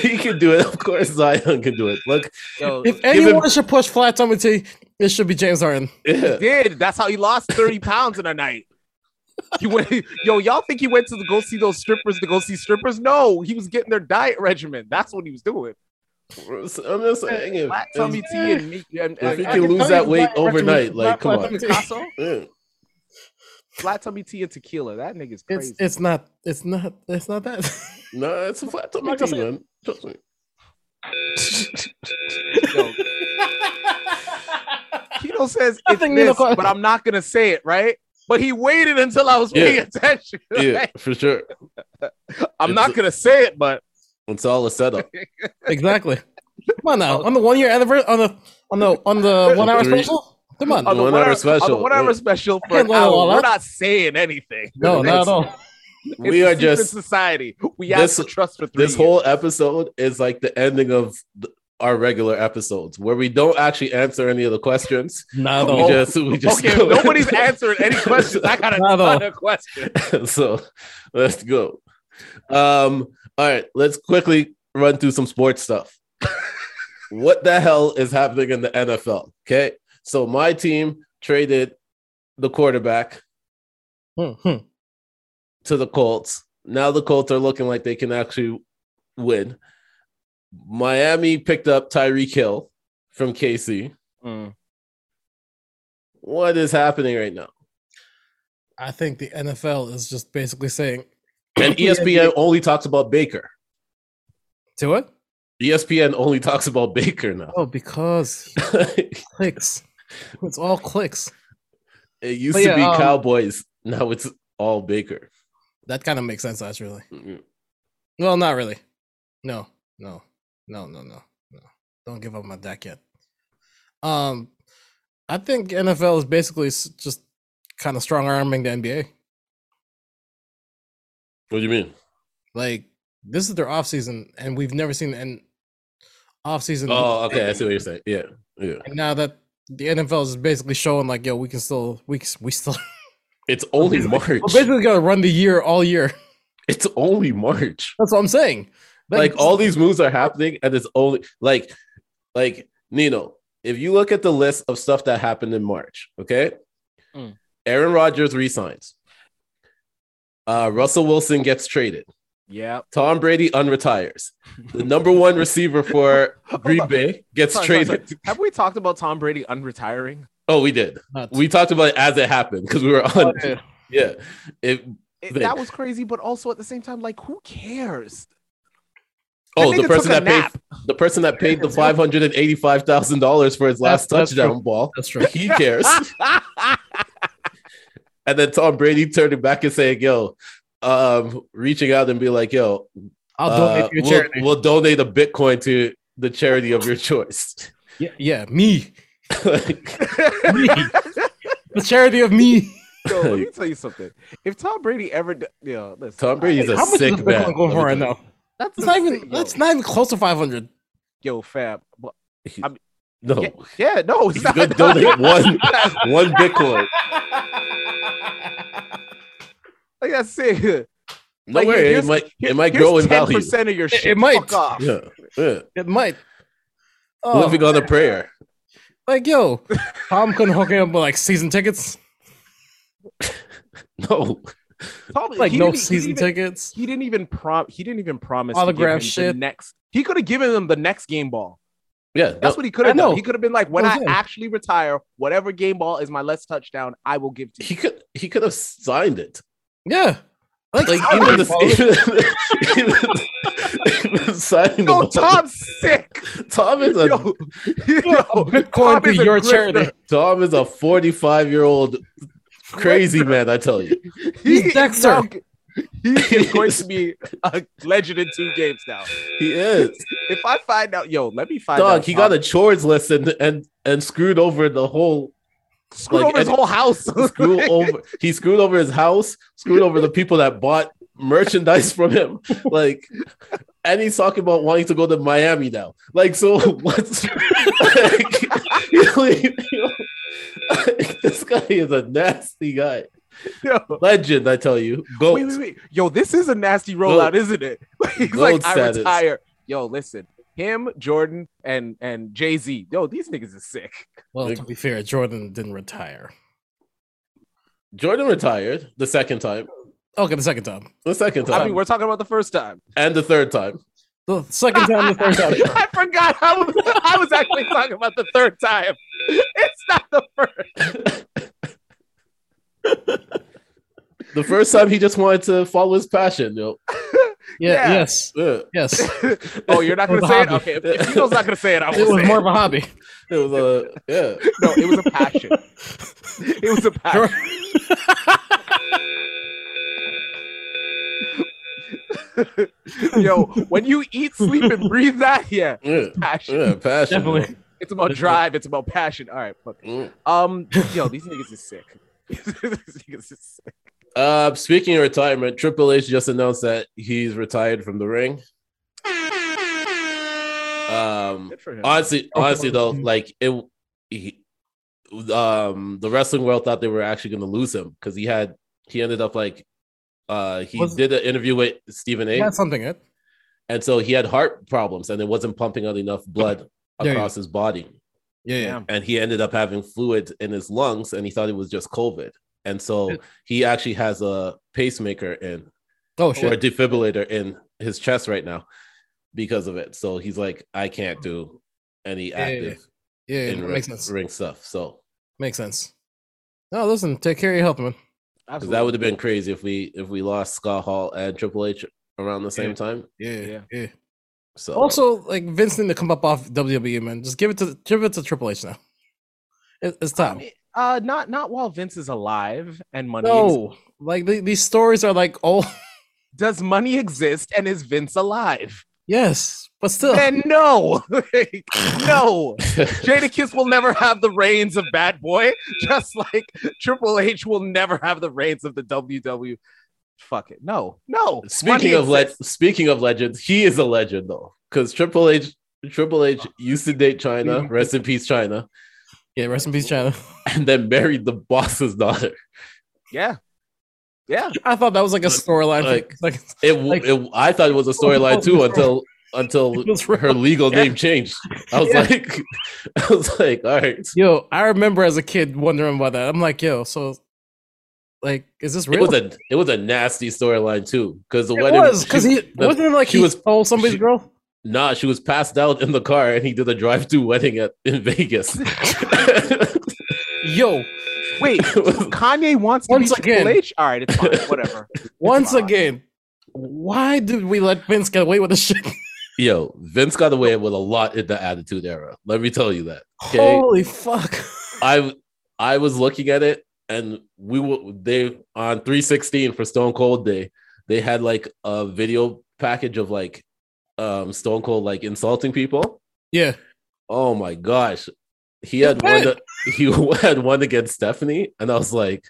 Speaker 2: he can do it. Of course, Zion can do it. Look,
Speaker 3: Yo,
Speaker 1: If
Speaker 2: him-
Speaker 1: anyone should push flat tummy T, it should be James Harden.
Speaker 2: yeah.
Speaker 3: he did. That's how he lost thirty pounds in a night. He went, yo, y'all think he went to the, go see those strippers to go see strippers? No, he was getting their diet regimen. That's what he was doing.
Speaker 2: I'm just saying. If,
Speaker 3: Flat tummy T and me and,
Speaker 2: if
Speaker 3: and,
Speaker 2: he
Speaker 3: and
Speaker 2: can lose
Speaker 1: tell
Speaker 2: that
Speaker 1: you
Speaker 2: weight
Speaker 1: flat-
Speaker 2: overnight,
Speaker 1: flat-
Speaker 2: like, come
Speaker 1: flat-
Speaker 2: on.
Speaker 3: Picasso,
Speaker 2: Yeah.
Speaker 3: flat tummy T and tequila. That nigga's
Speaker 1: It's
Speaker 3: crazy.
Speaker 1: it's not it's not it's not that.
Speaker 2: No, it's a flat tummy
Speaker 1: Like I
Speaker 2: T,
Speaker 1: said-
Speaker 2: man. Trust me.
Speaker 3: Yo, Keto says it's
Speaker 1: Nothing, Nino
Speaker 3: this,
Speaker 1: Carter.
Speaker 3: but I'm not gonna say it, right? But he waited until I was
Speaker 2: Yeah.
Speaker 3: paying attention.
Speaker 2: Yeah, for sure.
Speaker 3: I'm
Speaker 2: It's
Speaker 3: not
Speaker 2: a-
Speaker 3: gonna say it, but
Speaker 2: It's all a setup.
Speaker 1: exactly. Come on now. On the one year anniversary on the on the on the one hour
Speaker 2: Oh. Three.
Speaker 1: special? Come on.
Speaker 2: Oh,
Speaker 3: on the
Speaker 2: one
Speaker 3: one
Speaker 2: hour
Speaker 3: hour on the
Speaker 2: special,
Speaker 3: one hour
Speaker 2: yeah.
Speaker 3: special
Speaker 1: I
Speaker 3: for an
Speaker 1: can't let it
Speaker 3: hour,
Speaker 1: all
Speaker 3: we're
Speaker 1: out.
Speaker 3: not saying anything.
Speaker 1: No, not at
Speaker 3: It's-
Speaker 1: all.
Speaker 3: it's
Speaker 2: We
Speaker 3: a
Speaker 2: are
Speaker 3: secret
Speaker 2: just-
Speaker 3: society. We
Speaker 2: This-
Speaker 3: ask for trust for three.
Speaker 2: This whole episode is like the ending of th- our regular episodes where we don't actually answer any of the questions.
Speaker 1: Not at
Speaker 2: We
Speaker 1: all.
Speaker 2: just, we
Speaker 3: years.
Speaker 2: just
Speaker 3: Okay,
Speaker 2: go-
Speaker 3: nobody's answering any questions. I got a
Speaker 1: Not at all.
Speaker 3: ton of questions.
Speaker 2: so let's go. Um, all right, let's quickly run through some sports stuff. what the hell is happening in the NFL? Okay, so my team traded the quarterback
Speaker 1: Hmm, hmm.
Speaker 2: to the Colts. Now the Colts are looking like they can actually win. Miami picked up Tyreek Hill from KC.
Speaker 1: Hmm.
Speaker 2: What is happening right now?
Speaker 1: I think the NFL is just basically saying
Speaker 2: And E ESPN only talks about Baker. E
Speaker 1: to it?
Speaker 2: ESPN only talks about Baker now.
Speaker 1: Oh, because clicks. It's all clicks.
Speaker 2: It used
Speaker 1: But
Speaker 2: to
Speaker 1: yeah,
Speaker 2: be
Speaker 1: um,
Speaker 2: Cowboys. Now it's all Baker.
Speaker 1: That kind of makes sense actually. Well, not really. No, no, no, no, no, no. Don't give up my deck yet. Um, I think NFL is basically s- just kind of strong arming the NBA.
Speaker 2: What do you mean?
Speaker 1: Like this is their off season, and we've never seen an off season.
Speaker 2: Oh, okay. I see what you're saying. Yeah. Yeah.
Speaker 1: And now that the NFL is basically showing, like, yo, we can still, we can, we still,
Speaker 2: It's only March.
Speaker 1: we're basically gonna run the year all year.
Speaker 2: It's only March.
Speaker 1: That's what I'm saying.
Speaker 2: Like all these moves are happening, and it's only like, like Nino. If you look at the list of stuff that happened in March, okay,
Speaker 3: Mm.
Speaker 2: Aaron Rodgers resigns. Uh, Russell Wilson gets traded.
Speaker 3: Yeah.
Speaker 2: Tom Brady unretires. The number one receiver for Green
Speaker 3: on.
Speaker 2: Bay gets
Speaker 3: Sorry, sorry,
Speaker 2: traded.
Speaker 3: sorry. Have we talked about Tom Brady unretiring?
Speaker 2: Oh, we did.
Speaker 1: Nuts.
Speaker 2: We talked about it as it happened because we were on.
Speaker 1: yeah.
Speaker 2: Yeah. It,
Speaker 3: It-
Speaker 2: Vic.
Speaker 3: that was crazy, but also at the same time, like, who cares?
Speaker 2: oh,
Speaker 3: nigga
Speaker 2: the
Speaker 3: took
Speaker 2: person
Speaker 3: a
Speaker 2: that paid
Speaker 3: nap.
Speaker 2: the person that paid the five hundred and eighty five thousand dollars for his last
Speaker 1: That's- that's
Speaker 2: touchdown ball.
Speaker 1: That's true.
Speaker 2: He cares. and then Tom Brady turned it back and saying, "Yo." Um, reaching out and be like, "Yo,
Speaker 1: I'll
Speaker 2: uh,
Speaker 1: donate to your
Speaker 2: we'll,
Speaker 1: charity.
Speaker 2: we'll donate a Bitcoin to the charity of your choice."
Speaker 1: yeah, yeah, me.
Speaker 2: Like,
Speaker 1: me. the charity of me.
Speaker 3: Yo, let me tell you something. If Tom Brady ever, d- yo, listen,
Speaker 2: Tom Brady's a
Speaker 1: How much
Speaker 2: sick
Speaker 1: is this
Speaker 2: man.
Speaker 1: Bitcoin going for
Speaker 2: Let
Speaker 1: right
Speaker 2: me tell
Speaker 1: now?
Speaker 3: that's
Speaker 1: It's not
Speaker 3: the
Speaker 1: even.
Speaker 3: thing,
Speaker 1: That's not even close to five hundred.
Speaker 3: yo, yo, Fab. but-
Speaker 2: you.
Speaker 3: I'm-
Speaker 2: No,
Speaker 3: Yeah, yeah, no, it's
Speaker 2: he's
Speaker 3: not.
Speaker 2: gonna donate one one Bitcoin.
Speaker 3: Like that's it.
Speaker 2: No
Speaker 3: Like,
Speaker 2: worry, it
Speaker 3: here's-
Speaker 2: might it might grow in value.
Speaker 3: percent of your shit.
Speaker 1: it might.
Speaker 3: Fuck off.
Speaker 2: Yeah, yeah.
Speaker 1: It might. Oh,
Speaker 2: Living on a prayer.
Speaker 1: like yo, Tom couldn't hook him up with like season tickets,
Speaker 2: No,
Speaker 3: Tom-
Speaker 1: like
Speaker 3: he
Speaker 1: no
Speaker 3: didn't- he
Speaker 1: season
Speaker 3: didn't-
Speaker 1: tickets.
Speaker 3: He didn't even prom. He didn't even promise to give
Speaker 1: Autograph
Speaker 3: him the
Speaker 1: shit.
Speaker 3: next. He could have given them the next game ball.
Speaker 2: yeah, no.
Speaker 3: That's what he could
Speaker 1: I
Speaker 3: have
Speaker 1: know.
Speaker 3: done. He could have been like, when
Speaker 1: What
Speaker 3: I
Speaker 1: I'm saying.
Speaker 3: actually retire, whatever game ball is my last touchdown, I will give to you.
Speaker 2: he could he could have signed it.
Speaker 1: Yeah, like,
Speaker 2: Like
Speaker 1: I
Speaker 2: even
Speaker 1: would,
Speaker 2: this,
Speaker 1: bro.
Speaker 2: even, even, even signing the
Speaker 3: Yo,
Speaker 2: ball.
Speaker 3: Tom's sick.
Speaker 2: Tom is a
Speaker 3: Yo,
Speaker 1: A
Speaker 3: yo,
Speaker 1: Bitcoin
Speaker 3: Tom
Speaker 1: to
Speaker 3: is a
Speaker 1: your
Speaker 3: grifter.
Speaker 1: charity.
Speaker 2: Tom is a forty five year old crazy man. I tell you,
Speaker 1: He's
Speaker 3: is
Speaker 1: Dexter.
Speaker 3: now g- He is going to be a legend in two games now.
Speaker 2: he is.
Speaker 3: If I find out, yo, let me find out.
Speaker 2: Dog, he
Speaker 3: Tom.
Speaker 2: got a chores list and and, and screwed over the whole
Speaker 3: screw
Speaker 2: like,
Speaker 3: over his
Speaker 2: and-
Speaker 3: whole house.
Speaker 2: screw over he screwed over his house, screwed over the people that bought merchandise from him. Like and he's talking about wanting to go to Miami now. Like so what's like, you know, you know, like, this guy is a nasty guy.
Speaker 3: Yo.
Speaker 2: Legend, I tell you. Go
Speaker 3: Wait, wait, wait. Yo, this is a nasty rollout, isn't it? He's like,
Speaker 2: Gold
Speaker 3: I
Speaker 2: status.
Speaker 3: retire. Yo, listen. Him, Jordan, and and Jay Z. Yo, these niggas is sick.
Speaker 1: Well, to be fair, Jordan didn't retire.
Speaker 2: Jordan retired the second time.
Speaker 1: Okay, the second time.
Speaker 2: The second
Speaker 3: I
Speaker 2: time
Speaker 3: mean, we're talking about the first time.
Speaker 2: and the third time.
Speaker 1: The second time, the third time.
Speaker 3: I forgot. I was, I was actually talking about the third time. It's not the first.
Speaker 2: The first time he just wanted to follow his passion, you know.
Speaker 1: Yeah,
Speaker 3: Yeah.
Speaker 1: Yes.
Speaker 2: Yeah.
Speaker 1: Yes. It
Speaker 3: Oh, you're not
Speaker 1: It was
Speaker 3: gonna say it?
Speaker 1: hobby.
Speaker 3: Okay, if, if you know's not gonna say it, I will
Speaker 1: was
Speaker 3: say
Speaker 1: more
Speaker 3: more...
Speaker 1: of a hobby.
Speaker 2: It was a yeah.
Speaker 3: it. No, it was a passion. it was a passion. Yo, when you eat, sleep, and breathe that, yeah,
Speaker 2: yeah,
Speaker 3: passion.
Speaker 2: yeah, passion.
Speaker 1: Definitely.
Speaker 3: It's about drive. It's about passion. All right, fuck.
Speaker 2: Mm.
Speaker 3: Um, yo, these niggas is sick. These niggas is sick.
Speaker 2: Uh, speaking of retirement, Triple H just announced that he's retired from the ring. Um,
Speaker 3: Good for him.
Speaker 2: honestly, honestly though, like it, he, um, the wrestling world thought they were actually going to lose him because he had he ended up like, uh, he
Speaker 1: Was-
Speaker 2: did an interview with Stephen A.
Speaker 1: That's something. eh? It.
Speaker 2: and so he had heart problems and it wasn't pumping out enough blood
Speaker 1: There you
Speaker 2: across his body.
Speaker 1: Yeah. Yeah.
Speaker 3: Damn.
Speaker 2: and he ended up having fluid in his lungs and he thought it was just covid and so he actually has a pacemaker in
Speaker 1: Oh
Speaker 2: or a
Speaker 1: shit.
Speaker 2: defibrillator in his chest right now because of it so he's like i can't do any
Speaker 1: Yeah, yeah, yeah.
Speaker 2: active
Speaker 1: Yeah. yeah,
Speaker 2: in
Speaker 1: that
Speaker 2: ring,
Speaker 1: makes sense.
Speaker 2: ring stuff so
Speaker 1: Makes sense. No, listen. Take care of your health, man.
Speaker 2: 'cause
Speaker 3: Absolutely.
Speaker 2: that would have been crazy if we if we lost scott hall and triple h around the same
Speaker 1: Yeah.
Speaker 2: time
Speaker 1: Yeah. Yeah.
Speaker 2: so
Speaker 1: Also, like Vince need to come up off WWE, man. Just give it to give it to Triple H now. It, it's
Speaker 3: I
Speaker 1: time.
Speaker 3: mean, Uh, not not while Vince is alive and money. ex-
Speaker 1: No, like the, these stories are like, oh
Speaker 3: does money exist and is Vince alive?
Speaker 1: yes, but still,
Speaker 3: Then no, Like, no. Jadakiss will never have the reins of Bad Boy, just like Triple H will never have the reins of the WW. Fuck it, no, no.
Speaker 2: Speaking
Speaker 3: Money
Speaker 2: of le-
Speaker 3: exists.
Speaker 2: speaking of legends, he is a legend though, because Triple H Triple H used to date China, rest in peace China,
Speaker 1: yeah. Rest in peace, China.
Speaker 2: and then married the boss's daughter.
Speaker 3: yeah, yeah.
Speaker 1: I thought that was like a storyline.
Speaker 2: Like-
Speaker 1: Like, like
Speaker 2: It, w
Speaker 1: Like-
Speaker 2: it I thought it was a storyline too until until
Speaker 1: it was
Speaker 2: her
Speaker 1: real.
Speaker 2: legal
Speaker 1: Yeah.
Speaker 2: name changed. I was
Speaker 1: Yeah.
Speaker 2: like, I was like, all right,
Speaker 1: yo, I remember as a kid wondering about that. I'm like, yo, so Like, is this
Speaker 2: It
Speaker 1: real?
Speaker 2: was a it was a nasty storyline too, because the
Speaker 1: It
Speaker 2: wedding
Speaker 1: was because
Speaker 2: she-
Speaker 1: he
Speaker 2: the-
Speaker 1: wasn't it like
Speaker 2: she
Speaker 1: he
Speaker 2: was-
Speaker 1: stole somebody's
Speaker 2: she-
Speaker 1: girl.
Speaker 2: Nah, she was passed out in the car, and he did a drive-through wedding at in Vegas. It
Speaker 1: Yo,
Speaker 3: Wait,
Speaker 2: was-
Speaker 3: Kanye wants to
Speaker 1: Once
Speaker 3: be
Speaker 1: again.
Speaker 3: Triple H. All right, it's fine. Whatever.
Speaker 1: once
Speaker 3: Come on.
Speaker 1: again, why did we let Vince get away with this shit?
Speaker 2: Yo, Vince got away with a lot in the Attitude Era. Let me tell you that. Okay,
Speaker 1: Holy fuck!
Speaker 2: I I was looking at it, and we were they on 316 for Stone Cold Day. They had like a video package of like um Stone Cold like insulting people.
Speaker 1: Yeah,
Speaker 2: Oh my gosh, he had one. That, he had one against Stephanie, and I was like,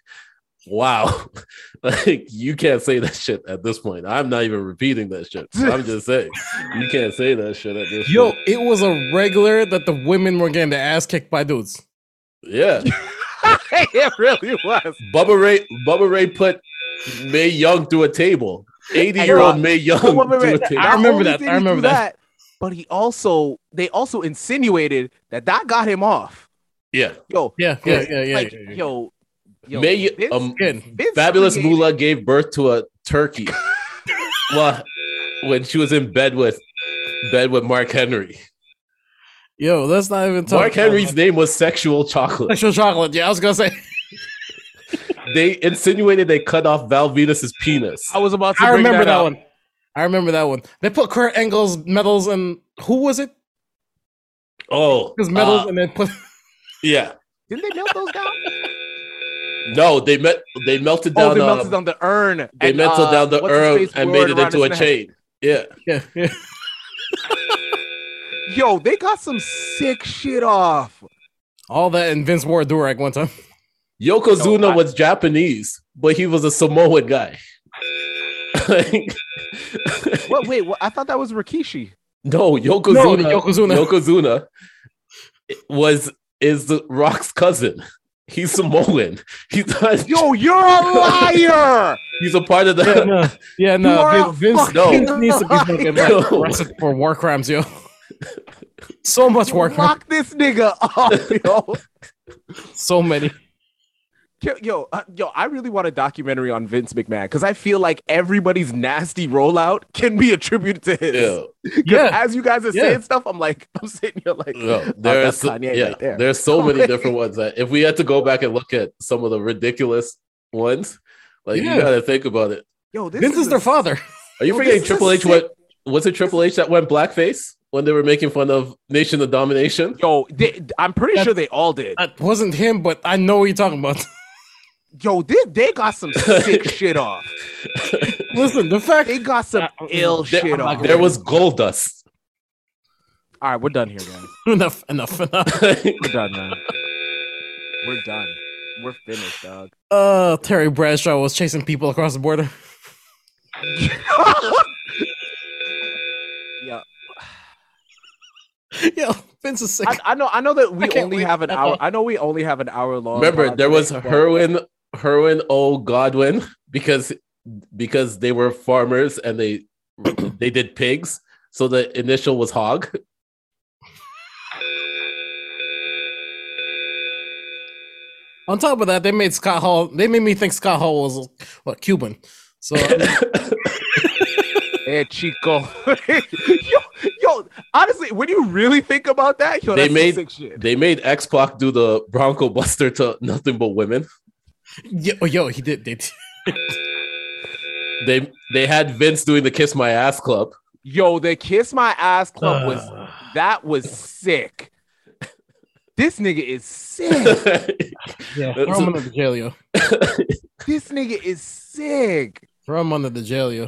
Speaker 2: "Wow, like you can't say that shit at this point." I'm not even repeating that shit. I'm just saying you can't say that shit at this.
Speaker 1: yo,
Speaker 2: point.
Speaker 1: it was a regular that the women were getting their ass kicked by dudes.
Speaker 2: yeah,
Speaker 3: it really was.
Speaker 2: Bubba Ray, Bubba Ray put May Young through a table. Eighty-year-old May Young
Speaker 3: Wait, wait,
Speaker 2: through a
Speaker 3: wait.
Speaker 2: table.
Speaker 1: I
Speaker 3: Not
Speaker 1: remember
Speaker 3: only
Speaker 1: that.
Speaker 3: did
Speaker 1: I
Speaker 3: he
Speaker 1: remember
Speaker 3: do But he also, they also insinuated that that got him off.
Speaker 2: Yeah,
Speaker 3: Yo,
Speaker 1: Yeah, yeah, yeah, yeah.
Speaker 3: like,
Speaker 1: yeah, yeah.
Speaker 3: yo, yo,
Speaker 2: May
Speaker 3: Vince-
Speaker 2: um,
Speaker 1: Again,
Speaker 3: Vince
Speaker 2: fabulous
Speaker 3: created-
Speaker 2: Moolah gave birth to a turkey. well, when she was in bed with bed with Mark Henry.
Speaker 1: yo, let's not even talk.
Speaker 2: Mark
Speaker 1: about
Speaker 2: Henry's
Speaker 1: that.
Speaker 2: name was sexual chocolate.
Speaker 1: sexual chocolate. Yeah, I was gonna say.
Speaker 2: They insinuated they cut off Val Venus's penis.
Speaker 3: I was about to.
Speaker 1: I
Speaker 3: bring
Speaker 1: remember that,
Speaker 3: up.
Speaker 1: one. I remember that one. They put Kurt Angle's medals and who was it?
Speaker 2: Oh,
Speaker 1: His medals
Speaker 2: uh,
Speaker 1: and then put
Speaker 2: yeah.
Speaker 3: Didn't they melt those down?
Speaker 2: No, they met. They melted down.
Speaker 3: oh, they
Speaker 2: uh,
Speaker 3: melted down the urn.
Speaker 2: they
Speaker 3: and,
Speaker 2: melted
Speaker 3: uh,
Speaker 2: down the
Speaker 3: what's his
Speaker 2: urn
Speaker 3: face
Speaker 2: and
Speaker 3: wore
Speaker 2: made it
Speaker 3: around
Speaker 2: into a
Speaker 3: his neck.
Speaker 2: chain. Yeah.
Speaker 1: yeah, yeah.
Speaker 3: Yo, they got some sick shit off.
Speaker 1: all that and Vince wore a durag one time.
Speaker 2: Yokozuna
Speaker 3: No, I-
Speaker 2: was Japanese, but he was a Samoan guy. Like,
Speaker 3: What? Wait, what? I thought that was Rikishi.
Speaker 2: no,
Speaker 1: No, the
Speaker 2: Yokozuna,
Speaker 1: Yokozuna.
Speaker 2: Yokozuna was is the Rock's cousin. He's Samoan. He's not,
Speaker 3: Yo, you're a liar.
Speaker 2: he's a part of the.
Speaker 1: Yeah, no, yeah,
Speaker 3: You
Speaker 1: no.
Speaker 3: are
Speaker 1: Vin-
Speaker 3: a
Speaker 1: Vince,
Speaker 2: fucking
Speaker 1: Vince needs to be fucking like,
Speaker 2: No.
Speaker 1: arrested for war crimes, yo. So much war crimes,
Speaker 3: Lock this nigga up,
Speaker 1: so many.
Speaker 3: yo. Yo, uh, yo, I really want a documentary on Vince McMahon because I feel like everybody's nasty rollout can be attributed to his.
Speaker 2: Yeah,
Speaker 3: 'Cause
Speaker 1: Yeah.
Speaker 3: As you guys are
Speaker 1: Yeah.
Speaker 3: saying stuff, I'm like, I'm sitting here like,
Speaker 2: no,
Speaker 3: oh,
Speaker 2: there are
Speaker 3: that's
Speaker 2: so,
Speaker 3: Kanye
Speaker 2: yeah,
Speaker 3: right there.
Speaker 2: there's so many different ones that if we had to go back and look at some of the ridiculous ones, like
Speaker 1: Yeah.
Speaker 2: you gotta think about it.
Speaker 3: yo, this
Speaker 1: Vince
Speaker 3: is
Speaker 1: is their father.
Speaker 2: Are you
Speaker 3: Yo,
Speaker 2: forgetting
Speaker 3: this is
Speaker 2: Triple
Speaker 3: a
Speaker 2: H? What was it? Triple H that went blackface when they were making fun of Nation of Domination?
Speaker 3: Yo, they, I'm pretty sure they all did.
Speaker 1: That wasn't him, but I know what you're talking about.
Speaker 3: Yo, they, they got some sick shit off.
Speaker 1: Listen, the fact
Speaker 3: They got some
Speaker 1: Uh,
Speaker 3: ill
Speaker 2: there-
Speaker 3: shit off.
Speaker 2: There was gold dust.
Speaker 3: all right, we're done here, guys.
Speaker 1: enough, enough, enough.
Speaker 3: We're done, man. We're done. We're finished, dog.
Speaker 1: Uh, Terry Bradshaw was chasing people across the border.
Speaker 3: yeah,
Speaker 1: Yo, Vince is sick.
Speaker 3: I, I know. I know that we
Speaker 1: can't
Speaker 3: only
Speaker 1: wait
Speaker 3: have an
Speaker 1: at
Speaker 3: hour.
Speaker 1: all.
Speaker 3: I know we only have an hour long.
Speaker 2: Remember,
Speaker 3: pod
Speaker 2: there was
Speaker 3: today, but-
Speaker 2: Herwin Herwin O. Godwin because because they were farmers and they they did pigs, so the initial was hog.
Speaker 1: On top of that, they made Scott Hall. They made me think Scott Hall was what Cuban. So I
Speaker 3: Eh, Chico. yo, yo. Honestly, when you really think about that, yo,
Speaker 2: They
Speaker 3: that's some
Speaker 2: made-
Speaker 3: sick shit.
Speaker 2: they made X Pac do the Bronco Buster to nothing but women.
Speaker 1: mean, yo, oh, yo, he did. They did.
Speaker 2: They they had Vince doing the Kiss My Ass Club.
Speaker 3: Yo, the Kiss My Ass Club was that was sick. This nigga is sick.
Speaker 1: Yeah,
Speaker 2: That's
Speaker 1: throw him
Speaker 2: a-
Speaker 1: under the jail, yo.
Speaker 3: this nigga is sick.
Speaker 1: Throw him under the jail, yo.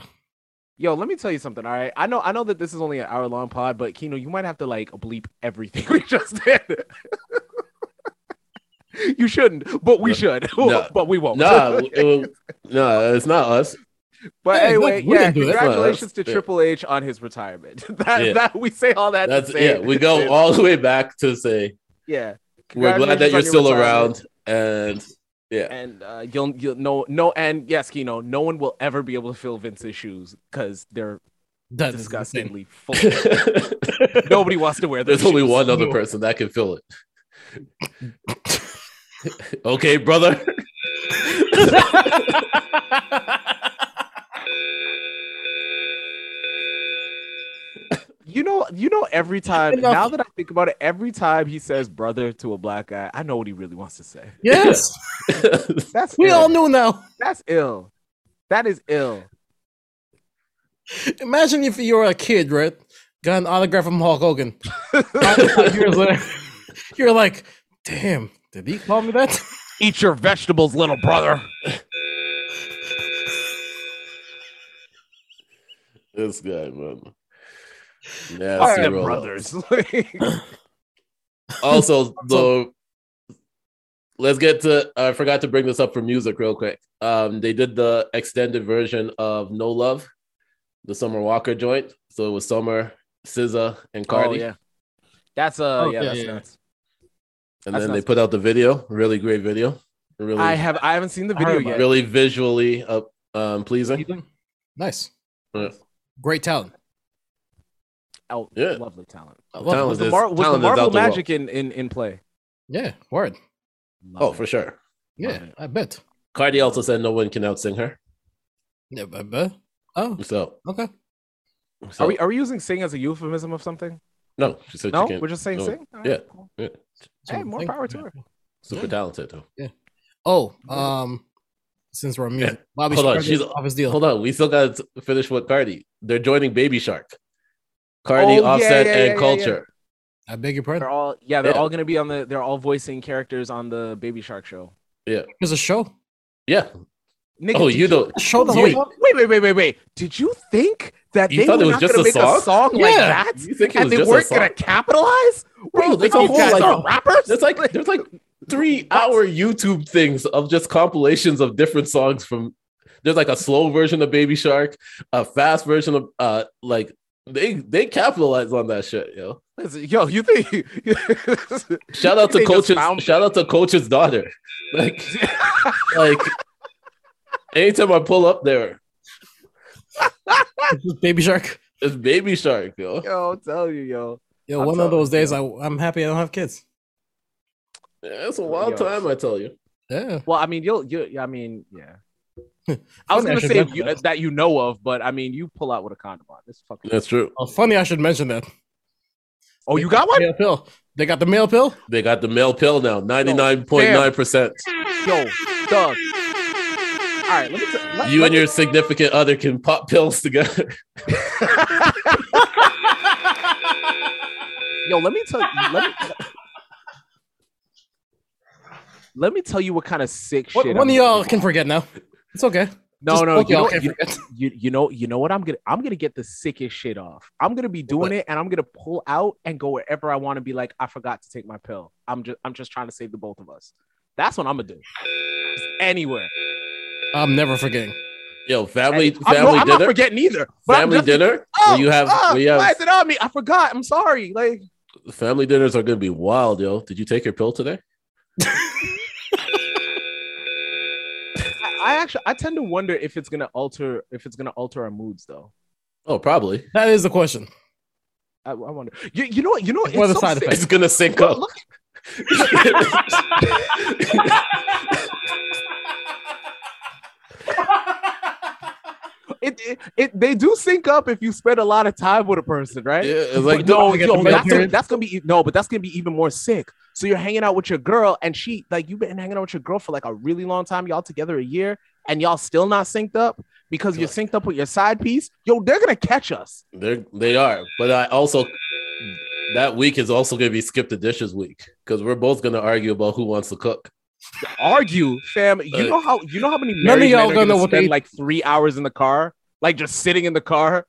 Speaker 3: Yo, let me tell you something. All right, I know, I know that this is only an hour long pod, but Kino, you might have to like bleep everything we just did. you shouldn't, but we
Speaker 2: No.
Speaker 3: should.
Speaker 2: No.
Speaker 3: but we won't.
Speaker 2: nah, it was- nah, it's not us.
Speaker 3: but
Speaker 1: Hey,
Speaker 3: anyway,
Speaker 1: look, we
Speaker 3: yeah,
Speaker 1: didn't do that.
Speaker 3: congratulations to
Speaker 2: Yeah.
Speaker 3: Triple H on his retirement. that,
Speaker 2: Yeah.
Speaker 3: that we say all that. to
Speaker 2: That's
Speaker 3: say
Speaker 2: yeah. We go
Speaker 3: this.
Speaker 2: all the way back to say
Speaker 3: Yeah,
Speaker 2: we're glad
Speaker 3: Congratulations on
Speaker 2: that you're
Speaker 3: your
Speaker 2: still
Speaker 3: retirement.
Speaker 2: around and yeah.
Speaker 3: and uh, you'll you'll no no and yes, Kino, no one will ever be able to fill Vince's shoes because they're
Speaker 1: That's disgusting.
Speaker 3: disgustingly full. Nobody wants to wear those.
Speaker 2: There's only
Speaker 3: shoes.
Speaker 2: one other person that can fill it. okay, brother.
Speaker 3: You know, you know. Every time,
Speaker 1: Enough.
Speaker 3: now that I think about it, every time he says "brother" to a black guy, I know what he really wants to say.
Speaker 1: Yes,
Speaker 3: That's
Speaker 1: we
Speaker 3: ill.
Speaker 1: all knew now.
Speaker 3: That's ill. That is ill.
Speaker 1: Imagine if you were a kid, right? Got an autograph from Hulk Hogan. Five, five years later, you're like, damn, did he call me that?
Speaker 3: Eat your vegetables, little brother.
Speaker 2: This guy, man.
Speaker 3: Fuck
Speaker 2: Nasty
Speaker 3: them
Speaker 2: roll-up.
Speaker 3: brothers. Like,
Speaker 2: Also, though, let's get to. I forgot to bring this up for music real quick. Um, they did the extended version of No Love, the Summer Walker joint. So it was Summer, SZA, and
Speaker 3: oh
Speaker 2: Cardi.
Speaker 3: yeah, that's uh,
Speaker 1: Oh,
Speaker 3: yeah,
Speaker 1: yeah,
Speaker 3: that's
Speaker 1: yeah.
Speaker 3: nuts.
Speaker 2: And
Speaker 3: That's
Speaker 2: then they
Speaker 3: nice.
Speaker 2: put out the video. Really great video. Really,
Speaker 3: I have I haven't seen the
Speaker 1: I heard
Speaker 3: video
Speaker 1: about
Speaker 3: yet.
Speaker 2: really visually up, um, pleasing. Uh,
Speaker 1: nice,
Speaker 2: Yeah.
Speaker 1: great talent.
Speaker 3: Oh,
Speaker 2: Yeah.
Speaker 3: lovely talent.
Speaker 1: I love it.
Speaker 2: Talent.
Speaker 3: Was the,
Speaker 2: This
Speaker 3: Mar- was the
Speaker 2: talent is out
Speaker 3: Marvel
Speaker 2: the wall.
Speaker 3: magic in, in in play?
Speaker 1: Yeah, word.
Speaker 2: Oh, for sure.
Speaker 1: Yeah, I bet.
Speaker 2: Cardi also said no one can outsing her.
Speaker 1: Yeah, I bet. Oh,
Speaker 2: So,
Speaker 1: okay.
Speaker 2: so-
Speaker 3: Are we are we using "sing" as a euphemism of something?
Speaker 2: no, she said
Speaker 3: No,
Speaker 2: she can't.
Speaker 3: we're just saying
Speaker 2: no.
Speaker 3: "sing." All
Speaker 2: Yeah.
Speaker 3: cool. Hey,
Speaker 1: Something
Speaker 3: more
Speaker 1: to think
Speaker 3: power to
Speaker 1: about.
Speaker 3: her.
Speaker 2: Super
Speaker 1: Yeah.
Speaker 2: talented though.
Speaker 1: Oh, um, since we're on music, Bobby
Speaker 2: Hold on,
Speaker 1: Shmurda
Speaker 2: she's-
Speaker 1: is off his deal.
Speaker 2: Hold on, we still got to finish with Cardi. They're joining Baby Shark. Cardi,
Speaker 3: Oh, yeah,
Speaker 2: Offset,
Speaker 3: yeah, yeah,
Speaker 2: and
Speaker 3: yeah,
Speaker 2: Culture.
Speaker 1: I beg your
Speaker 3: They're
Speaker 1: pardon.
Speaker 3: all yeah. They're
Speaker 2: Yeah.
Speaker 3: all gonna be on the. They're all voicing characters on the Baby Shark show.
Speaker 1: There's a show.
Speaker 2: Yeah.
Speaker 3: Nigga,
Speaker 2: Oh,
Speaker 3: did
Speaker 2: you don't.
Speaker 1: A show the
Speaker 2: Wait.
Speaker 1: whole.
Speaker 3: Wait, wait, wait, wait, wait. Did you think that
Speaker 2: You
Speaker 3: they
Speaker 2: thought
Speaker 3: were
Speaker 2: it was
Speaker 3: not
Speaker 2: just
Speaker 3: gonna
Speaker 2: a
Speaker 3: make
Speaker 2: song?
Speaker 3: a song like
Speaker 1: Yeah.
Speaker 3: that?
Speaker 2: You think it
Speaker 3: And
Speaker 2: was
Speaker 3: they
Speaker 2: just a
Speaker 3: weren't
Speaker 2: song?
Speaker 3: gonna capitalize?
Speaker 2: Bro,
Speaker 3: Wait,
Speaker 2: there's
Speaker 3: these
Speaker 2: a whole,
Speaker 3: guys
Speaker 2: like-
Speaker 3: are rappers.
Speaker 2: There's like there's like three hour YouTube things of just compilations of different songs from. There's like a slow version of Baby Shark, a fast version of uh like they they capitalize on that shit, yo.
Speaker 3: Listen, yo, you think?
Speaker 2: Shout out to
Speaker 3: They just
Speaker 2: coaches.
Speaker 3: found-
Speaker 2: Shout out to coach's daughter. Like like anytime I pull up there,
Speaker 1: Baby Shark.
Speaker 2: it's Baby Shark, yo.
Speaker 3: yo, I'm telling you, yo.
Speaker 1: Yo,
Speaker 3: I'm
Speaker 1: one of
Speaker 3: telling
Speaker 1: those days, I, I'm happy I don't have kids.
Speaker 2: Yeah, it's a wild
Speaker 3: Yo.
Speaker 2: time, I tell you.
Speaker 1: Yeah.
Speaker 3: Well, I mean, you'll, you I mean, yeah. I was
Speaker 1: Funny I
Speaker 3: gonna
Speaker 1: should
Speaker 3: say
Speaker 1: mention
Speaker 3: you,
Speaker 1: that.
Speaker 3: that you know of, but I mean, you pull out with a condom on. This fucking.
Speaker 2: That's true.
Speaker 1: Oh, funny I should mention that.
Speaker 3: Oh, you got one?
Speaker 1: Male pill. They got the male pill.
Speaker 2: They got the male pill now,
Speaker 3: Oh,
Speaker 2: 99.9%.
Speaker 3: Yo, Doug. All right, let me. T- let,
Speaker 2: You
Speaker 3: let
Speaker 2: and your significant other can pop pills together.
Speaker 3: Yo, let me tell you. Let me, let me tell you what kind of sick
Speaker 1: What,
Speaker 3: shit.
Speaker 1: one
Speaker 3: I'm
Speaker 1: of y'all
Speaker 3: gonna-
Speaker 1: can forget now. It's okay.
Speaker 3: No,
Speaker 1: Just
Speaker 3: no,
Speaker 1: both
Speaker 3: you
Speaker 1: y'all
Speaker 3: know,
Speaker 1: can
Speaker 3: you,
Speaker 1: forget.
Speaker 3: you, you know, you know what? I'm gonna, I'm gonna get the sickest shit off. I'm gonna be doing it, and I'm gonna pull out and go wherever I want to. Be like, I forgot to take my pill. I'm just, I'm just trying to save the both of us. That's what I'm gonna do. Just anywhere.
Speaker 1: I'm never forgetting.
Speaker 2: Yo, family
Speaker 3: I'm, no,
Speaker 2: family
Speaker 3: I'm not
Speaker 2: dinner.
Speaker 3: forgetting either. But I'm
Speaker 2: Family
Speaker 3: just-
Speaker 2: dinner.
Speaker 3: Oh,
Speaker 2: when you have
Speaker 3: oh,
Speaker 2: when you have
Speaker 3: why is it on me? I forgot. I'm sorry. Like,
Speaker 2: family dinners are gonna be wild, yo. Did you take your pill today?
Speaker 3: I, I actually, I tend to wonder if it's gonna alter, if it's gonna alter our moods, though.
Speaker 2: Oh, probably.
Speaker 1: That is the question.
Speaker 3: I, I wonder. You, you know what? You know what?
Speaker 1: What are the
Speaker 3: so
Speaker 1: side
Speaker 3: sick.
Speaker 1: effects?
Speaker 2: It's gonna sync
Speaker 3: Look,
Speaker 2: up.
Speaker 3: look, it, it, it, they do sync up if you spend a lot of time with a person, right?
Speaker 2: Yeah, it's like
Speaker 1: But
Speaker 2: no,
Speaker 1: don't
Speaker 3: no,
Speaker 1: forget
Speaker 3: yo,
Speaker 1: the
Speaker 3: that's, gonna,
Speaker 1: period.
Speaker 3: that's gonna be e, no, but that's gonna be even more sick. So you're hanging out with your girl, and she like you've been hanging out with your girl for like a really long time. Y'all together a year, and y'all still not synced up because you're synced up with your side piece. Yo, they're gonna catch us.
Speaker 2: they're they are. But I also that week is also gonna be skip the dishes week because we're both gonna argue about who wants to cook.
Speaker 3: Argue, fam. You
Speaker 2: Uh,
Speaker 3: know how you know how many
Speaker 1: none of
Speaker 3: married
Speaker 1: y'all
Speaker 3: men are
Speaker 1: gonna know
Speaker 3: gonna
Speaker 1: what they
Speaker 3: spend
Speaker 1: eat.
Speaker 3: like three hours in the car, like just sitting in the car.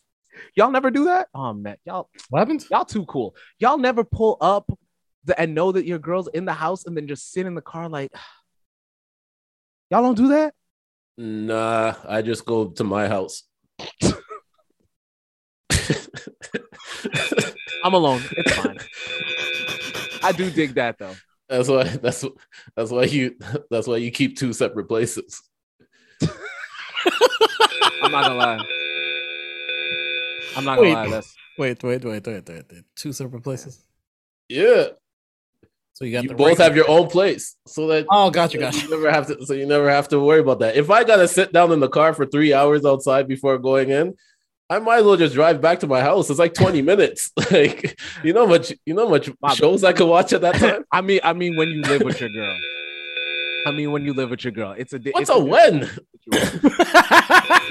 Speaker 3: y'all never do that. Oh man, y'all
Speaker 1: What happened?
Speaker 3: Y'all too cool. Y'all never pull up the, and know that your girl's in the house and then just sit in the car like. Y'all don't do that.
Speaker 2: Nah, I just go to my house.
Speaker 3: I'm alone. It's fine. I do dig that though.
Speaker 2: That's why that's that's why you that's why you keep two separate places.
Speaker 3: I'm not gonna lie. I'm not gonna
Speaker 1: Wait.
Speaker 3: lie. That's
Speaker 1: Wait, wait, wait, wait, wait, wait. Two separate places.
Speaker 2: Yeah.
Speaker 1: So you got
Speaker 2: You
Speaker 1: the right-
Speaker 2: both have your own place, so that
Speaker 1: Oh, gotcha,
Speaker 2: you,
Speaker 1: gotcha.
Speaker 2: never have to. So you never have to worry about that. If I gotta sit down in the car for three hours outside before going in, I might as well just drive back to my house. It's like twenty minutes. Like you know how much you know how much
Speaker 3: Bob.
Speaker 2: shows I could watch at that time.
Speaker 3: I mean, I mean, when you live with your girl. I mean, when you live with your girl, it's a di-
Speaker 2: What's
Speaker 3: it's
Speaker 2: a
Speaker 3: different
Speaker 2: when?
Speaker 3: situation.